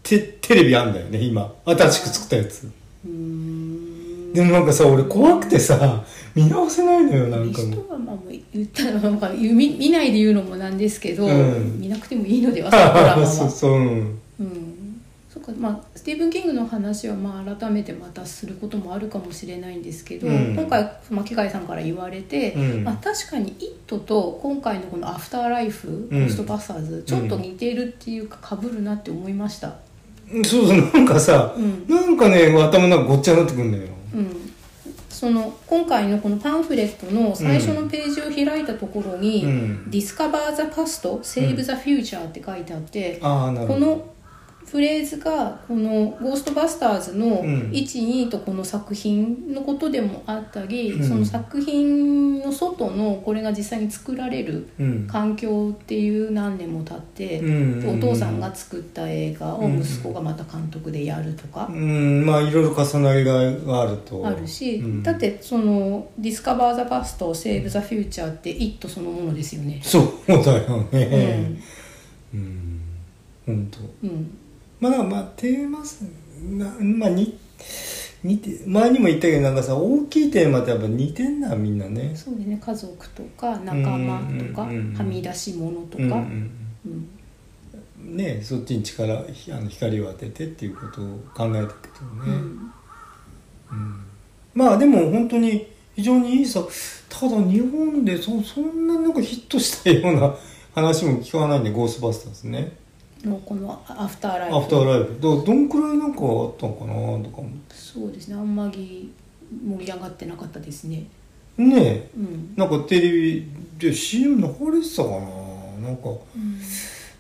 Speaker 1: テテレビあんだよね今新しく作ったやつ
Speaker 2: うーん
Speaker 1: でもなんかさ俺怖くてさ見直せないのよなん
Speaker 2: ミ
Speaker 1: か
Speaker 2: ス
Speaker 1: も
Speaker 2: ト
Speaker 1: う
Speaker 2: はまあもう言ったらなんか見見ないで言うのもなんですけど、
Speaker 1: うん
Speaker 2: 見なくてもいいのではそのドラマ
Speaker 1: あ <laughs>
Speaker 2: は
Speaker 1: そうそううん
Speaker 2: うんそっかまあ、スティーブン・キングの話はまあ改めてまたすることもあるかもしれないんですけど、
Speaker 1: うん
Speaker 2: 今回巻貝さんから言われて、
Speaker 1: うん
Speaker 2: まあ、確かに「イット!」と今回のこの「アフターライフ」
Speaker 1: うん
Speaker 2: ゴーストバスターズ」ちょっと似てるっていうかかぶるなって思いました。
Speaker 1: そうそうなんかさ、
Speaker 2: うん
Speaker 1: なんかね頭の中ごっちゃになってくんだよ
Speaker 2: うんその今回のこのパンフレットの最初のページを開いたところに「
Speaker 1: うん
Speaker 2: ディスカバー・ザ・パスト・セーブ・ザ・フューチャー」って書いてあって、
Speaker 1: ああなる
Speaker 2: こ
Speaker 1: ほど
Speaker 2: のフレーズがこの「ゴーストバスターズ」の
Speaker 1: うん
Speaker 2: 12、とこの作品のことでもあったり、
Speaker 1: うん
Speaker 2: その作品の外のこれが実際に作られる
Speaker 1: うん
Speaker 2: 環境っていう何年も経って、
Speaker 1: うん
Speaker 2: お父さんが作った映画を息子がまた監督でやるとか
Speaker 1: うんまあいろいろ重なりがあると
Speaker 2: あるし、
Speaker 1: うん
Speaker 2: だってその「ディスカバー・ザ・パスト」「セーブ・ザ・フューチャー」って「イット!」そのものですよね。
Speaker 1: そうだよ
Speaker 2: う
Speaker 1: ね
Speaker 2: ん
Speaker 1: うん本当
Speaker 2: うん
Speaker 1: まあだからまあテーマすなまあに似て前にも言ったけどなんかさ大きいテーマってやっぱ似てんなみんなね
Speaker 2: そうですね家族とか仲間とか
Speaker 1: うんうんうんうん
Speaker 2: はみ出し物とか、
Speaker 1: うんうん
Speaker 2: うん
Speaker 1: うんねそっちに力ひあの光を当ててっていうことを考えたけど
Speaker 2: う
Speaker 1: ね、
Speaker 2: ん
Speaker 1: うんまあでも本当に非常にいいさただ日本でそそんななんかヒットしたような話も聞かないんで「ゴーストバスターズね」
Speaker 2: もうこのアフターライフ
Speaker 1: アフターライブどどんくらいなんかあったのかなとかも
Speaker 2: そうですねあんまり盛り上がってなかったですね
Speaker 1: ねえ
Speaker 2: うん、
Speaker 1: なんかテレビで CM 流れてたかななんか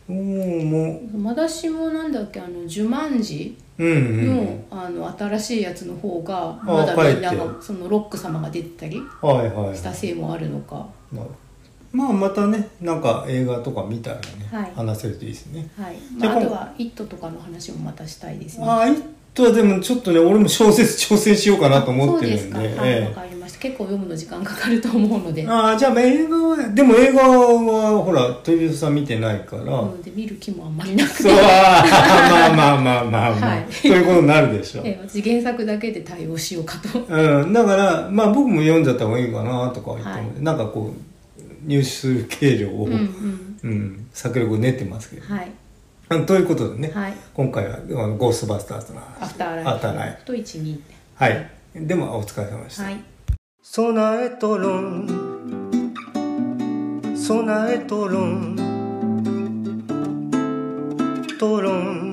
Speaker 1: うんも
Speaker 2: まだしもなんだっけあの「ジュマンジ
Speaker 1: ううん
Speaker 2: の」
Speaker 1: うん
Speaker 2: あの新しいやつの方がまだみんな
Speaker 1: 帰っ
Speaker 2: がそのロック様が出てたり
Speaker 1: はいはいはい
Speaker 2: したせいもあるのか
Speaker 1: なるほどまあまたねなんか映画とか見たらね、
Speaker 2: はい
Speaker 1: 話せるといいですね
Speaker 2: はい、
Speaker 1: じゃ
Speaker 2: ま
Speaker 1: あ
Speaker 2: あ、あ
Speaker 1: 今
Speaker 2: とは「イット!」とかの話もまたしたいですね
Speaker 1: ああいとはでもちょっとね俺も小説挑戦しようかなと思ってるんで
Speaker 2: そうですかはいわ
Speaker 1: ええ
Speaker 2: かりました結構読むの時間かかると思うので
Speaker 1: あ
Speaker 2: な
Speaker 1: あじゃあ映画はでも映画はほら鳥人さん見てないから、
Speaker 2: ので見る気もあんまりなく
Speaker 1: そ
Speaker 2: て
Speaker 1: う、あーまあまあまあまあまあ、
Speaker 2: はい
Speaker 1: ということになるでしょ、
Speaker 2: <laughs> ええ私原作だけで対応しようかと
Speaker 1: うん、だからまあ僕も読んじゃった方がいいかなとか言って、
Speaker 2: はい
Speaker 1: なんかこう入手する経路を、
Speaker 2: う
Speaker 1: うん
Speaker 2: うんん
Speaker 1: 策略を練ってますけど、 <laughs>
Speaker 2: はい
Speaker 1: あということでね、
Speaker 2: はい
Speaker 1: 今回はあの「ゴーストバスターズ」の話
Speaker 2: アフターライフ
Speaker 1: アフターライフ
Speaker 2: と12
Speaker 1: はいでもお疲れ様でした、
Speaker 2: はい
Speaker 1: 備えとろん備えとろんとろん